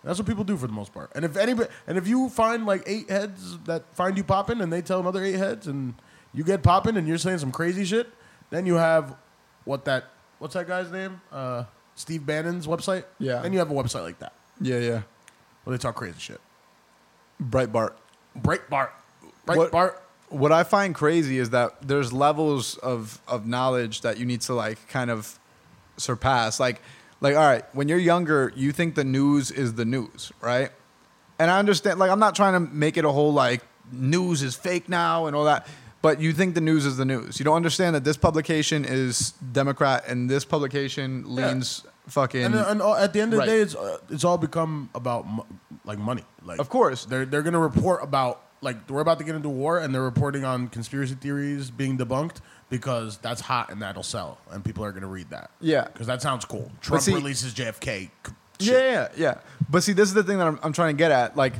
S4: That's what people do for the most part. And if anybody, and if you find like eight heads that find you popping, and they tell another eight heads, and you get popping, and you're saying some crazy shit, then you have what that what's that guy's name? Uh, Steve Bannon's website.
S2: Yeah.
S4: Then you have a website like that
S2: Yeah, yeah.
S4: where they talk crazy shit.
S2: Breitbart.
S4: Breitbart. Breitbart.
S2: What- what I find crazy is that there's levels of of knowledge that you need to like kind of surpass. Like like all right, when you're younger, you think the news is the news, right? And I understand like I'm not trying to make it a whole like news is fake now and all that, but you think the news is the news. You don't understand that this publication is Democrat and this publication
S4: Yeah.
S2: leans fucking
S4: And, uh, and all, at the end of
S2: Right.
S4: the day, it's uh, it's all become about mo- like money. Like
S2: Of course.
S4: they're they're gonna report about like we're about to get into war, and they're reporting on conspiracy theories being debunked because that's hot and that'll sell, and people are gonna read that.
S2: Yeah.
S4: because that sounds cool. Trump
S2: see-
S4: releases JFK. c-
S2: Yeah,
S4: Shit.
S2: yeah, yeah. But see, this is the thing that I'm, I'm trying to get at. Like,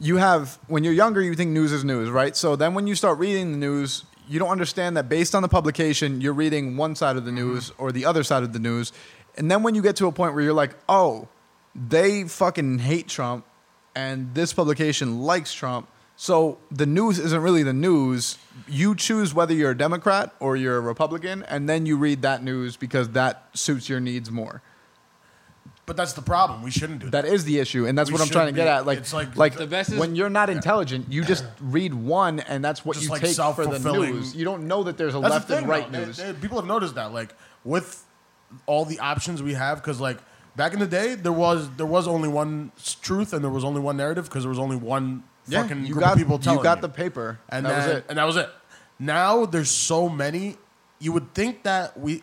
S2: you have when you're younger, you think news is news, right? So then when you start reading the news, you don't understand that based on the publication, you're reading one side of the news or the other side of the news. And then when you get to a point where you're like, oh, they fucking hate Trump, and this publication likes Trump. So the news isn't really the news. You choose whether you're a Democrat or you're a Republican, and then you read that news because that suits your needs more.
S4: But that's the problem. We shouldn't do that.
S2: That is the issue, and that's
S4: We
S2: what I'm
S4: should
S2: trying to
S4: be-
S2: get at. Like,
S4: it's
S2: like,
S4: like-
S3: The best is-
S2: when you're not intelligent, you just read one, and that's what
S4: Just
S2: you
S4: like
S2: take for the
S4: self-fulfilling-
S2: news. You don't know that there's a
S4: That's
S2: left
S4: the thing,
S2: and right
S4: though. They-
S2: news.
S4: they- people have noticed that, like with all the options we have, because like back in the day, there was there was only one s- truth and there was only one narrative because there was only one
S2: Yeah,
S4: fucking
S2: you
S4: group
S2: got
S4: of people telling
S2: you got the paper, and that was
S4: then-
S2: it.
S4: And that was it. Now there's so many you would think that we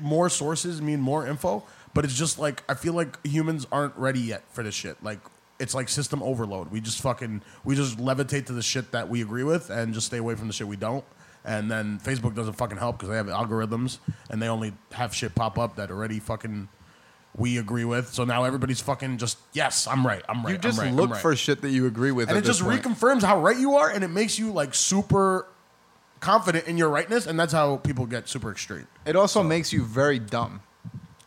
S4: more sources mean more info, but it's just like I feel like humans aren't ready yet for this shit. Like it's like system overload. We just fucking we just levitate to the shit that we agree with and just stay away from the shit we don't. And then Facebook doesn't fucking help because they have algorithms and they only have shit pop up that already fucking we agree with. So now everybody's fucking just yes, I'm right. I'm right.
S2: You just
S4: I'm right, I'm
S2: look
S4: right."
S2: for shit that you agree with.
S4: and
S2: at
S4: it just
S2: this point.
S4: reconfirms how right you are, and it makes you like super confident in your rightness, and that's how people get super extreme.
S2: It also makes you very dumb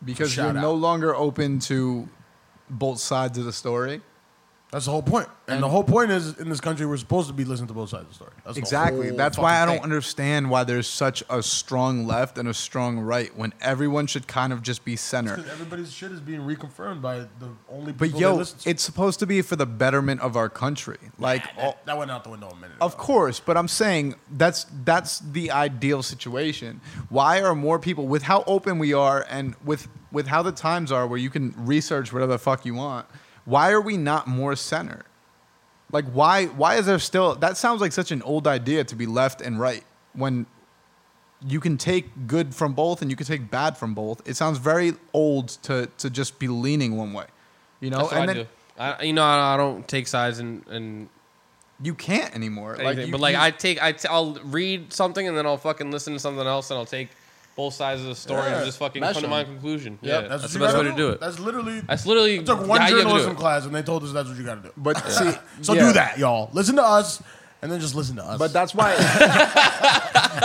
S2: because
S4: Shout
S2: you're no
S4: out.
S2: longer open to both sides of the story.
S4: That's the whole point. And, the whole point is in this country we're supposed to be listening to both sides of the story. That's the
S2: Exactly.
S4: whole
S2: That's why I
S4: fucking
S2: don't
S4: thing.
S2: understand why there's such a strong left and a strong right when everyone should kind of just be center.
S4: 'Cause Everybody's shit is being reconfirmed by the only people
S2: But
S4: that
S2: yo,
S4: listen to.
S2: it's supposed to be for the betterment of our country. Like,
S4: Nah,
S2: all,
S4: that, that went out the window a minute.
S2: of
S4: ago.
S2: course, but I'm saying that's that's the ideal situation. Why are more people with how open we are and with with how the times are where you can research whatever the fuck you want? Why are we not more centered? Like why why is there still that sounds like such an old idea to be left and right when you can take good from both and you can take bad from both. It sounds very old to to just be leaning one way. You know,
S3: That's what
S2: and
S3: I
S2: then
S3: do. I, you know, I, I don't take sides and and
S2: you can't anymore.
S3: anything,
S2: you-
S3: but like
S2: you-
S3: I take I t- I'll read something and then I'll fucking listen to something else and I'll take both sides of the story
S4: Yeah,
S3: and just fucking
S4: mash
S3: come to
S4: them.
S3: my conclusion.
S4: Yeah,
S3: yeah, that's,
S4: that's, what
S3: the
S4: you
S3: best way
S4: gotta
S3: to do it.
S4: That's literally.
S3: That's literally
S4: I took one
S3: how you gotta do
S4: journalism
S3: it.
S4: class and they told us that's what you got to do.
S2: But see,
S4: So
S2: yeah.
S4: do that, y'all. Listen to us, and then just listen to us.
S2: But that's (laughs) why.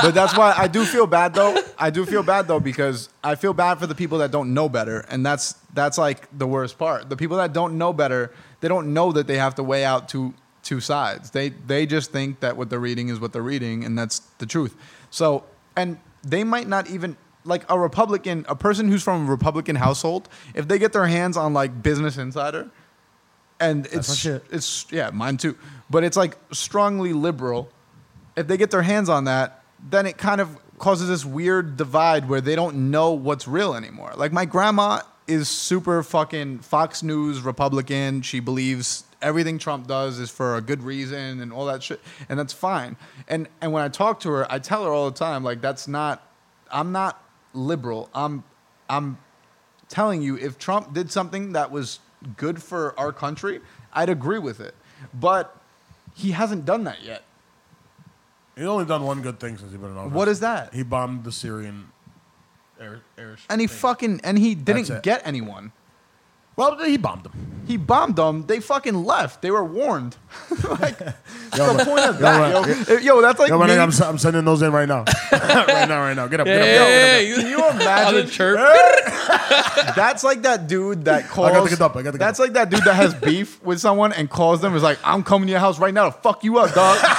S2: but that's why I do feel bad though. I do feel bad though because I feel bad for the people that don't know better, and that's that's like the worst part. The people that don't know better, they don't know that they have to weigh out two two sides. They they just think that what they're reading is what they're reading, and that's the truth. So and they might not even like a Republican, a person who's from a Republican household, if they get their hands on like Business Insider, and it's
S4: my shit.
S2: it's yeah, mine too. But it's like strongly liberal. If they get their hands on that, then it kind of causes this weird divide where they don't know what's real anymore. Like my grandma is super fucking Fox News Republican. She believes everything Trump does is for a good reason and all that shit, and that's fine. And and when I talk to her, I tell her all the time like that's not I'm not liberal. I'm I'm telling you if Trump did something that was good for our country, I'd agree with it. But he hasn't done that yet.
S4: he's only done one good thing since he's been in office.
S2: What is that?
S4: He bombed the Syrian air, air
S2: And he
S4: thing.
S2: fucking and he
S4: That's
S2: didn't
S4: it.
S2: get anyone.
S4: Well, he bombed them.
S2: He bombed them. They fucking left. They were warned. like, the point of that,
S4: Oh.
S2: (laughs) yo, If- yo, that's like
S4: Yo, my
S2: me-
S4: nigga, I'm, s- I'm sending those in right now. (laughs) right now, right now. Get up, get up, get up.
S3: Hey,
S2: (laughs) (laughs) Can you imagine-
S3: On the chirp.
S2: (laughs) That's like that dude that calls.
S4: I gotta get up, I gotta get
S2: that's like that dude that
S4: (laughs)
S2: has beef with someone and calls them. Is like, I'm coming to your house right now to fuck you up, dog.
S3: Like,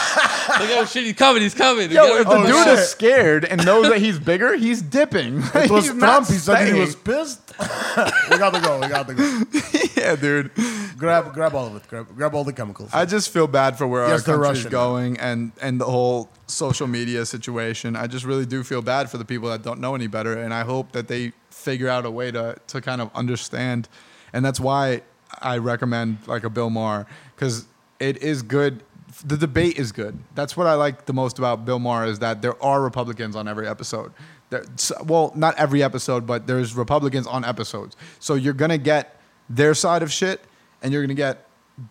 S3: oh shit, he's coming, he's coming.
S2: Yo, if the
S4: Oh,
S2: dude
S4: shit.
S2: is scared and knows that he's bigger, he's dipping. (laughs)
S4: It was
S2: he's not
S4: Trump. He said he
S2: staying.
S4: was pissed. (laughs) we gotta go. We gotta go.
S2: (laughs) yeah, dude.
S4: Grab, grab all of it. Grab, grab all the chemicals.
S2: I just feel bad for where
S4: Yes,
S2: our
S4: they're
S2: country's
S4: Russian.
S2: going and and the whole social media situation. I just really do feel bad for the people that don't know any better, and I hope that they figure out a way to to kind of understand. And that's why I recommend like a Bill Maher because it is good. The debate is good. That's what I like the most about Bill Maher is that there are Republicans on every episode. There, s- well, not every episode, but there's Republicans on episodes. So you're gonna get their side of shit, and you're gonna get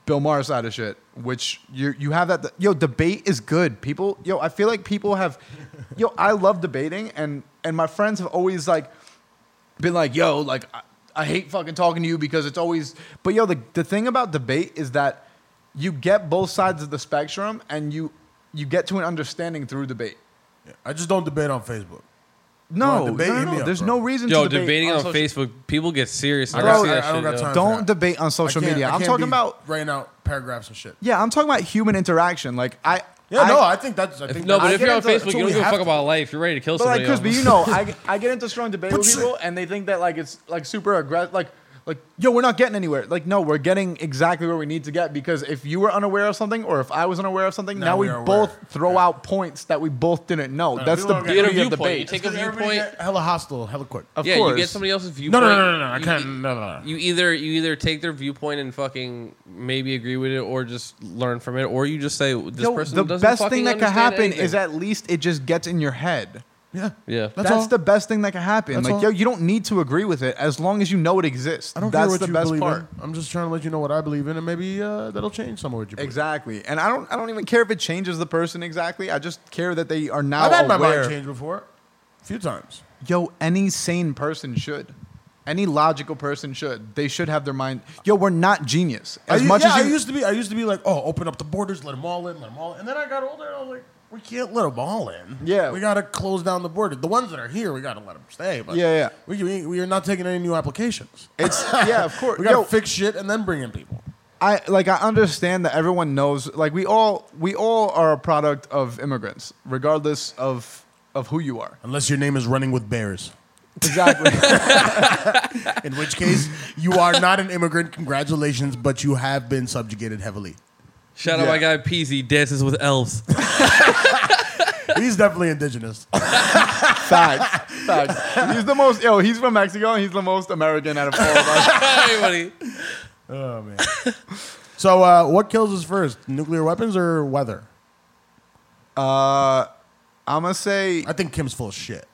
S2: Bill Maher's side of shit, which you you have that yo debate is good. People yo, I feel like people have yo. I love debating, and and my friends have always like been like yo, like I, I hate fucking talking to you because it's always. But yo, the the thing about debate is that you get both sides of the spectrum, and you you get to an understanding through debate.
S4: I just don't debate on Facebook.
S2: No,
S4: Bro, debate
S2: no, no,
S4: hit
S2: no,
S4: me up,
S2: there's
S4: bro.
S2: no reason.
S3: Yo,
S2: to debate
S3: debating on,
S2: social-
S3: Facebook, people get serious. I,
S2: Bro,
S3: gotta see
S2: I-
S3: that
S4: I don't
S3: shit,
S4: got
S3: yo.
S4: time.
S2: Don't debate on
S4: I
S2: social
S4: can't-
S2: media.
S4: I
S2: I'm
S4: can't
S2: talking
S4: be
S2: about
S4: writing out paragraphs and shit.
S2: yeah, I'm talking about human interaction. Like I
S4: Yeah, no, I think that's. I
S3: If-
S4: think
S3: no, but
S4: that's-
S3: if
S4: I
S3: you're on
S4: get it,
S3: Facebook,
S4: that's
S3: you
S4: what
S3: don't
S4: we
S3: give a
S4: have
S3: fuck
S4: to-
S3: about life. You're ready to kill
S2: But
S3: somebody.
S2: like, Crispy,
S3: else.
S2: you
S3: (laughs)
S2: know, I, I get into strong debate with
S4: But-
S2: people, and they think that like it's like super aggressive, like like yo, we're not getting anywhere. Like, no, we're getting exactly where we need to get because if you were unaware of something, or if I was unaware of something, now,
S4: Now
S2: we
S4: we are
S2: both
S4: aware.
S2: throw out points that we both didn't know. That's
S4: we
S2: the
S4: don't get-
S3: You get a
S2: beauty of
S3: viewpoint. You
S2: debate.
S3: take a
S4: Because everybody
S3: viewpoint.
S4: get Hella hostile, hella quick.
S2: Of
S3: yeah,
S2: course,
S3: you get somebody else's viewpoint.
S4: no, no, no, no, no, I
S3: you- e-
S4: can't. No, no, no.
S3: You either you either take their viewpoint and fucking maybe agree with it, or just learn from it, or you just say this
S2: Yo,
S3: person
S2: the
S3: doesn't
S2: best
S3: fucking
S2: thing that could
S3: understand
S2: happen
S3: anything.
S2: is at least it just gets in your head.
S4: Yeah.
S3: Yeah.
S4: That's
S2: That's,
S4: all.
S2: the best thing that can happen.
S4: That's
S2: like,
S4: all.
S2: yo, you don't need to agree with it as long as you know it exists.
S4: I don't
S2: That's
S4: care what
S2: the
S4: you
S2: best
S4: believe
S2: part.
S4: in. I'm just trying to let you know what I believe in, and maybe uh, that'll change somewhere. What you believe.
S2: Exactly. And I don't I don't even care if it changes the person exactly. I just care that they are now
S4: I've had my
S2: aware.
S4: mind change before, a few times.
S2: Yo, any sane person should. Any logical person should. They should have their mind. Yo, we're not genius. As
S4: I, u-
S2: much
S4: yeah,
S2: as
S4: I
S2: you,
S4: used to be, I used to be like, oh, open up the borders, let them all in, let them all. in. And then I got older, and I was like, we can't let them all in.
S2: Yeah.
S4: we gotta close down the border. The ones that are here, we gotta let them stay. But
S2: Yeah, yeah.
S4: we we, we are not taking any new applications.
S2: (laughs) it's yeah, of course.
S4: (laughs) We gotta
S2: Yo,
S4: fix shit and then bring in people.
S2: I like I understand that everyone knows like we all we all are a product of immigrants, regardless of of who you are.
S4: Unless your name is running with bears,
S2: Exactly.
S4: in which case you are not an immigrant. Congratulations, but you have been subjugated heavily.
S3: Shout out
S2: Yeah.
S3: my guy Peasy dances with
S2: (laughs)
S3: elves.
S4: He's definitely indigenous.
S2: (laughs)
S4: (laughs)
S2: Facts. Facts. He's the most yo, he's from Mexico and he's the most American out of all of
S4: (laughs)
S2: us.
S3: Everybody.
S4: Oh man. (laughs) so uh, what kills us first, nuclear weapons or weather?
S2: Uh I'ma say
S4: I think Kim's full of shit.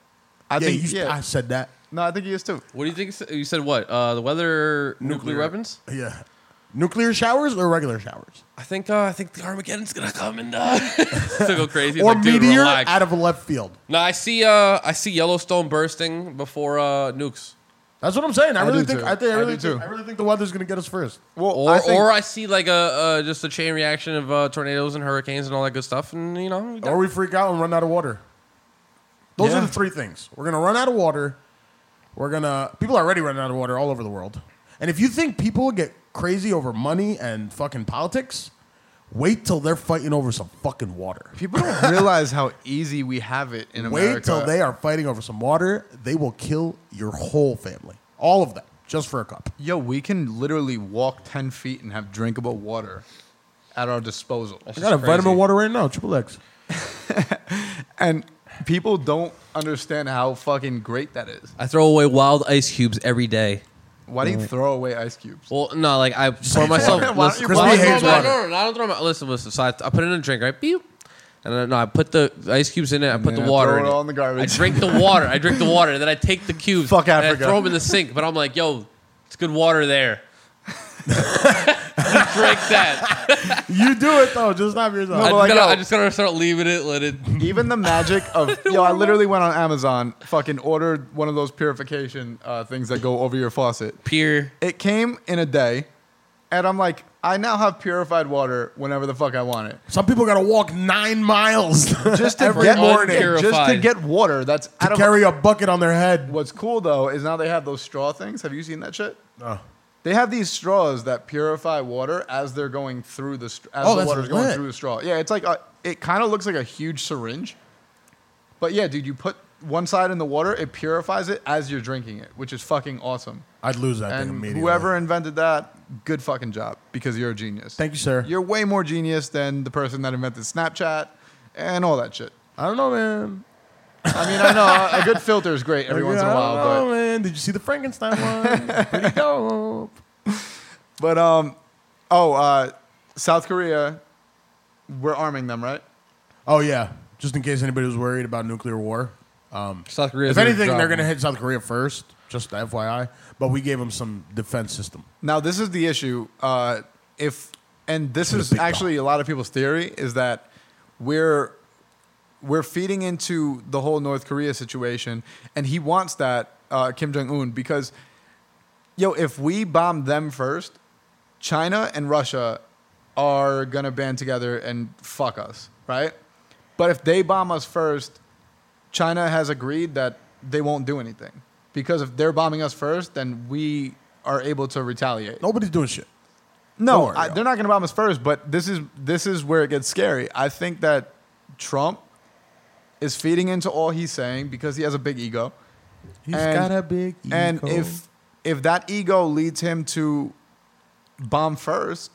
S2: I
S4: yeah,
S2: think
S4: you-
S2: yeah.
S4: I said that.
S2: no, I think he is too.
S3: What do you think? You said what? Uh, the weather, nuclear, weapons.
S4: Yeah. Nuclear showers or regular showers?
S3: I think. Uh, I think the Armageddon's gonna come and (laughs) uh, it's gonna go crazy. It's
S4: or
S3: like, dude,
S4: meteor
S3: relax.
S4: out of a left field.
S3: No, I see. Uh, I see Yellowstone bursting before uh, nukes,
S4: That's what I'm saying. I,
S2: I
S4: really
S2: do
S4: think
S2: too.
S4: I think I
S2: I
S4: really
S2: do
S4: think,
S2: too.
S4: I really think the weather's gonna get us first.
S2: Well,
S3: or
S2: I think-
S3: or I see like a uh, just a chain reaction of uh, tornadoes and hurricanes and all that good stuff, and you know,
S4: Or we freak out and run out of water. Those
S2: Yeah.
S4: are the three things. We're gonna run out of water. We're gonna people are already running out of water all over the world. And if you think people get crazy over money and fucking politics, wait till they're fighting over some fucking water.
S2: People don't realize how easy we have it in America.
S4: Wait till they are fighting over some water. They will kill your whole family, all of them, just for a cup.
S2: Yo, we can literally walk 10 feet and have drinkable water at our disposal.
S4: I got a vitamin water right now, triple X.
S2: And people don't understand how fucking great that is.
S3: I throw away wild ice cubes every day.
S2: Why do
S4: Mm.
S2: you throw away ice cubes?
S3: Well, no, like I pour
S4: like,
S3: myself.
S2: why don't you
S3: listen, well,
S2: pour
S3: I
S2: it?
S3: throw
S2: Hates
S3: my-
S4: water.
S3: no, no, no, I don't throw my. Listen, listen. So I, I put it in a drink, right? Beep. And then, no, I put the ice cubes in it. I put
S2: then
S3: the
S2: I
S3: water.
S2: throw it
S3: in
S2: all in the garbage.
S3: I drink the water. I drink the water. And then I take the cubes.
S2: Fuck
S3: and
S2: Africa.
S3: I throw them in the sink. But I'm like, yo, it's good water there. (laughs) Just drink
S2: (laughs)
S3: that.
S4: You do it though, just not yourself.
S2: No, but
S3: I, just
S2: like,
S3: gotta,
S2: yo-
S3: I just gotta start leaving it. Let it. (laughs)
S2: Even the magic of yo, I literally went on Amazon, fucking ordered one of those purification uh, things that go over your faucet.
S3: Pure.
S2: It came in a day, and I'm like, I now have purified water whenever the fuck I want it.
S4: Some people gotta walk nine miles (laughs)
S2: Just to
S4: every
S2: get
S4: morning
S3: unpure-
S2: just to
S3: Purified.
S2: get water. That's out
S4: to
S2: of
S4: carry a bucket on their head.
S2: What's cool though is now they have those straw things. Have you seen that shit?
S4: Oh,
S2: They have these straws that purify water as they're going through the str- as
S4: Oh,
S2: the
S4: that's
S2: water's going
S4: lit.
S2: through the straw. Yeah, it's like a, it kind of looks like a huge syringe. But yeah, dude, you put one side in the water, it purifies it as you're drinking it, which is fucking awesome.
S4: I'd lose that thing
S2: And
S4: immediately.
S2: whoever invented that, good fucking job because you're a genius.
S4: Thank you, sir.
S2: You're way more genius than the person that invented Snapchat and all that shit.
S4: I don't know, man.
S2: I mean, I know a good filter is great every once in a
S4: I
S2: while,
S4: don't know,
S2: but
S4: man. Did you see the Frankenstein (laughs) one? Pretty dope.
S2: But um, oh, uh, South Korea, we're arming them, right?
S4: Oh yeah. Just in case anybody was worried about nuclear war. Um,
S3: South Korea.
S4: if anything, they're gonna hit South Korea first. Just FYI. But we gave them some defense system.
S2: Now this is the issue. Uh, if and this
S4: a
S2: is
S4: big
S2: actually a lot of people's theory is that we're we're feeding into the whole North Korea situation, and he wants that uh, Kim Jong Un because yo, if we bomb them first, China and Russia are gonna band together and fuck us, right? But if they bomb us first, China has agreed that they won't do anything because if they're bombing us first, then we are able to retaliate.
S4: Nobody's doing shit.
S2: No,
S4: Don't worry,
S2: I,
S4: yo.
S2: they're not going to bomb us first, but this is this is where it gets scary. I think that Trump is feeding into all he's saying because he has a big ego.
S4: He's
S2: And-
S4: got a big ego.
S2: And if if that ego leads him to bomb first,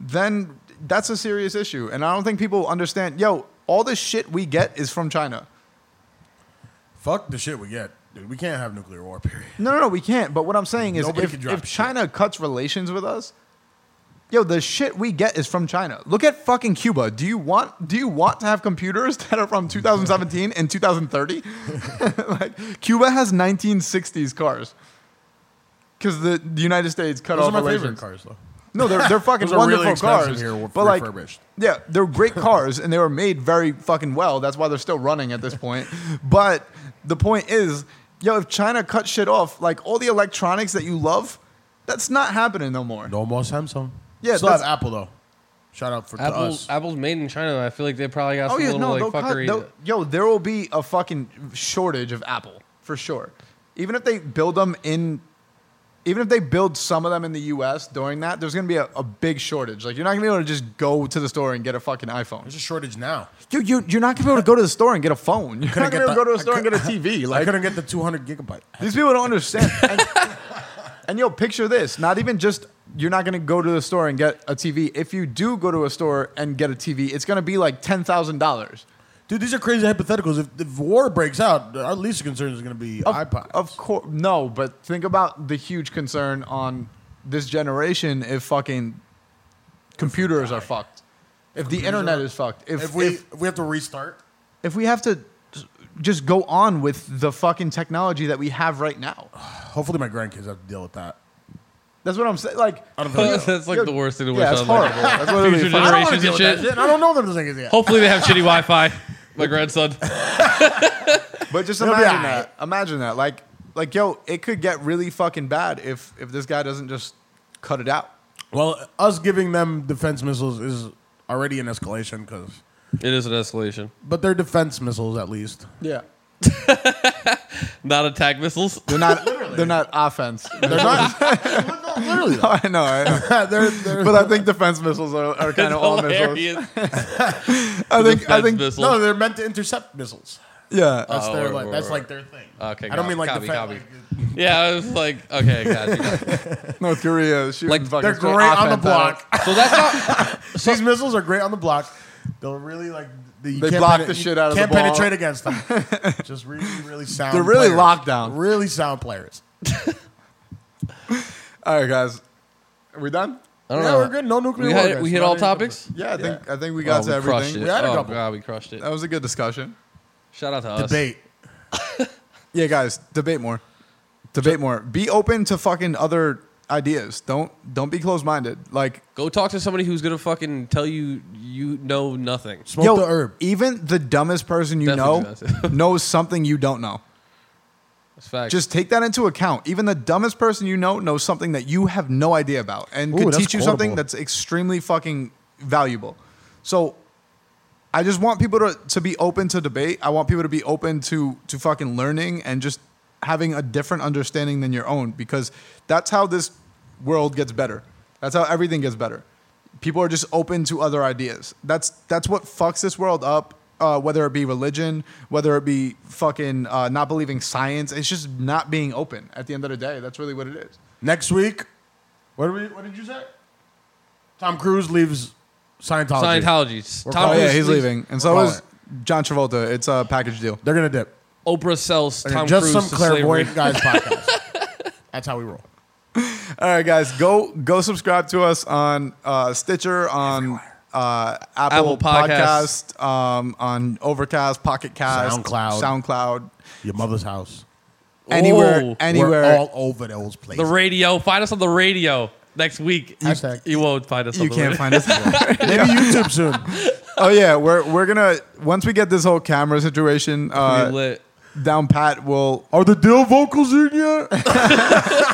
S2: then that's a serious issue. And I don't think people understand. Yo, all the shit we get is from China.
S4: fuck the shit we get, dude, we can't have nuclear (laughs) war. Period.
S2: No, no, no, we can't. But what I'm saying is,
S4: Nobody
S2: if,
S4: can drop
S2: if
S4: shit.
S2: China cuts relations with us, Yo, the shit we get is from China. Look at fucking Cuba. Do you want do you want to have computers (laughs) that are from 2017 and 2030? (laughs) like Cuba has 1960s cars. Cuz the, the United States cut
S4: Those
S2: off
S4: are my favorite
S2: relations.
S4: cars, though.
S2: No, they're
S4: (laughs)
S2: they're fucking
S4: Those are really
S2: wonderful
S4: expensive
S2: cars.
S4: here, w-
S2: but like,
S4: refurbished.
S2: yeah, they're great cars, and they were made very fucking well. That's why they're still running at this
S4: (laughs)
S2: point. but the point is, yo, if China cut shit off, like all the electronics that you love, that's not happening no more.
S4: No more Samsung.
S2: Yeah,
S4: still have
S2: that's-
S4: Apple though. Shout out for to
S3: Apple,
S4: us.
S3: Apple's made in China. I feel like they probably got
S2: Oh
S3: some
S2: yeah,
S3: little
S2: no, they'll
S3: like
S2: cut,
S3: fuckery.
S2: they'll- yo, there will be a fucking shortage of Apple for sure. Even if they build them in, even if they build some of them in the U.S. during that, there's gonna be a, a big shortage. Like you're not gonna be able to just go to the store and get a fucking iPhone.
S4: There's a shortage now.
S2: You, you, you're not gonna be able to go to the store and get a phone. You're not gonna be able to go
S4: the-
S2: to
S4: I
S2: the store and (laughs) get a TV.
S4: I
S2: Like
S4: couldn't get the 200 gigabyte.
S2: these people don't understand. (laughs) And, and yo, picture this: not even just you're not gonna go to the store and get a TV. If you do go to a store and get a TV, it's gonna be like ten thousand dollars.
S4: Dude, these are crazy hypotheticals. If, if war breaks out, our least concern is going to be iPod.
S2: Of course, no. But think about the huge concern on this generation if fucking computers are fucked, if the internet
S4: are-
S2: is fucked, if
S4: if we
S2: if,
S4: if we have to restart,
S2: if we have to just go on with the fucking technology that we have right now.
S4: hopefully my grandkids have to deal with that.
S2: That's what I'm saying. Like,
S4: I don't think
S3: (laughs) That's like
S2: Yo,
S3: the worst thing to wish
S2: yeah, it's
S3: on. like,
S2: horrible. That's what it'll be
S3: future
S2: fun.
S4: I don't want to
S3: generations
S4: deal
S3: and
S4: with that
S3: shit.
S4: shit. I don't know them things yet.
S3: Hopefully they have shitty Wi-Fi. My grandson.
S2: But just
S4: It'll be
S2: imagine
S4: alright.
S2: that. Imagine that. Like, like yo, it could get really fucking bad if if this guy doesn't just cut it out.
S4: Well, us giving them defense missiles is already an escalation because,
S3: It is an escalation,
S4: but they're defense missiles at least.
S2: Yeah.
S3: not attack missiles.
S2: They're (laughs) not. they're not offense. (laughs) They're not.
S4: Literally, though.
S2: (laughs) I know. I know.
S4: they're, they're,
S2: But I think defense missiles are, are kind
S3: That's
S2: of all missiles.
S3: hilarious.
S2: I think. I
S3: Defense
S2: think.
S3: missile.
S4: no, they're meant to intercept missiles.
S2: Yeah.
S4: That's
S3: Oh,
S4: their
S3: or-
S4: like
S3: or-
S4: that's
S3: or-
S4: like their thing.
S3: Uh, Okay,
S4: I don't mean like
S3: copy,
S4: defense.
S3: copy.
S4: like,
S3: Yeah, I was like, okay, gotcha. gotcha.
S2: North Korea is shooting
S3: Like,
S2: fucking
S4: They're
S2: straight
S4: great on the
S2: offense at
S4: block.
S2: us.
S3: (laughs) So that's not.
S4: (laughs) These missiles are great on the block. They'll really like the, you
S2: They
S4: can't
S2: block
S4: penet-
S2: the
S4: you
S2: shit out of the
S4: Can't
S2: ball.
S4: penetrate against them.
S2: (laughs)
S4: Just really, really sound.
S2: They're really
S4: players.
S2: locked down.
S4: Really sound players.
S2: All right, guys. Are we done?
S3: I don't
S4: yeah,
S3: know.
S4: we're good. No nuclear
S3: We
S4: war,
S3: hit,
S4: guys.
S3: we hit
S4: Not
S3: all
S4: any nuclear-
S3: topics.
S2: Yeah, I think I think we
S3: Oh,
S2: got
S3: we
S2: to
S3: crushed
S2: everything.
S3: it.
S4: We had a
S3: oh,
S4: couple.
S3: God, we crushed it.
S2: That was a good discussion.
S3: Shout out to us.
S4: Debate.
S2: Yeah, guys, debate more. Debate more. Be open to fucking other ideas. Don't don't be closed minded. Like
S3: Go talk to somebody who's gonna fucking tell you you know nothing.
S4: Smoke
S2: yo,
S4: the herb.
S2: even the dumbest person you
S3: Definitely
S2: know
S4: (laughs)
S3: does.
S2: knows something you don't know.
S3: That's facts.
S2: Just take that into account. Even the dumbest person you know knows something that you have no idea about and
S4: Ooh,
S2: could
S4: that's
S2: teach you something
S4: quotable.
S2: that's extremely fucking valuable. So I just want people to, to be open to debate. I want people to be open to to fucking learning and just having a different understanding than your own because that's how this world gets better. That's how everything gets better. People are just open to other ideas. That's that's what fucks this world up. Uh, whether it be religion, whether it be fucking uh, not believing science, it's just not being open. At the end of the day, that's really what it is.
S4: Next week. What did we? What did you say? Tom Cruise leaves Scientology.
S3: Scientology. Tom
S2: Oh
S4: calling-
S2: yeah,
S3: Cruise
S2: he's
S3: leaves-
S2: leaving, and so
S4: Call
S2: is
S4: it.
S2: John Travolta. It's a package deal.
S4: They're gonna dip.
S3: Oprah sells
S4: They're
S3: Tom Cruise
S4: just some
S3: to slavery. (laughs)
S4: clairvoyant guys podcast. That's how we roll.
S2: All right, guys, go go subscribe to us on uh, Stitcher, on uh, Apple,
S3: Apple Podcasts.
S2: Podcast, um, on Overcast, Pocket Cast,
S4: SoundCloud.
S2: SoundCloud,
S4: Your mother's house.
S2: anywhere,
S3: Whoa.
S2: anywhere.
S4: We're all over those
S3: Oh, The
S4: places.
S3: radio. Find us on the radio next week.
S4: Hashtag.
S3: You, you won't find us.
S2: you
S3: on the
S2: can't
S3: radio. (laughs)
S2: find us. (laughs)
S4: Maybe YouTube soon.
S2: oh yeah, we're we're gonna once we get this whole camera situation
S3: We
S2: uh,
S3: lit.
S2: down pat, we'll oh,
S4: Are the Dill vocals in yet?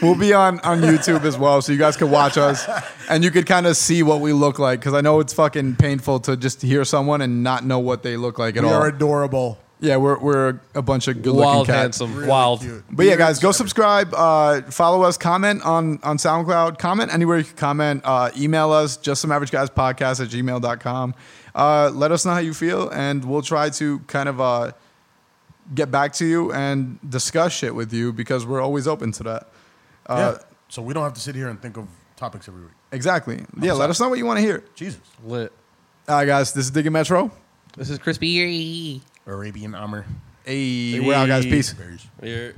S2: We'll be on on YouTube as well, so you guys can watch us and you could kind of see what we look like. Because I know it's fucking painful to just hear someone and not know what they look like at
S4: We
S2: all.
S4: are adorable.
S2: yeah, we're we're a bunch of good looking
S3: Wild
S2: cats.
S3: handsome. wild.
S4: cute.
S2: But yeah, guys, go subscribe, uh, follow us, comment on on SoundCloud, comment anywhere you can comment, uh, email us, just some average guys podcast at gmail.com. Uh, let us know how you feel, and we'll try to kind of uh, get back to you and discuss shit with you because we're always open to that. Uh,
S4: yeah. So we don't have to sit here and think of topics every week.
S2: Exactly. Yeah, let us know what you want to hear.
S4: Jesus.
S3: Lit.
S2: All right, guys, this is Digging Metro.
S3: This is crispy.
S4: Arabian armor.
S2: Hey, we're out, guys. Peace.
S4: Berries.
S3: Here.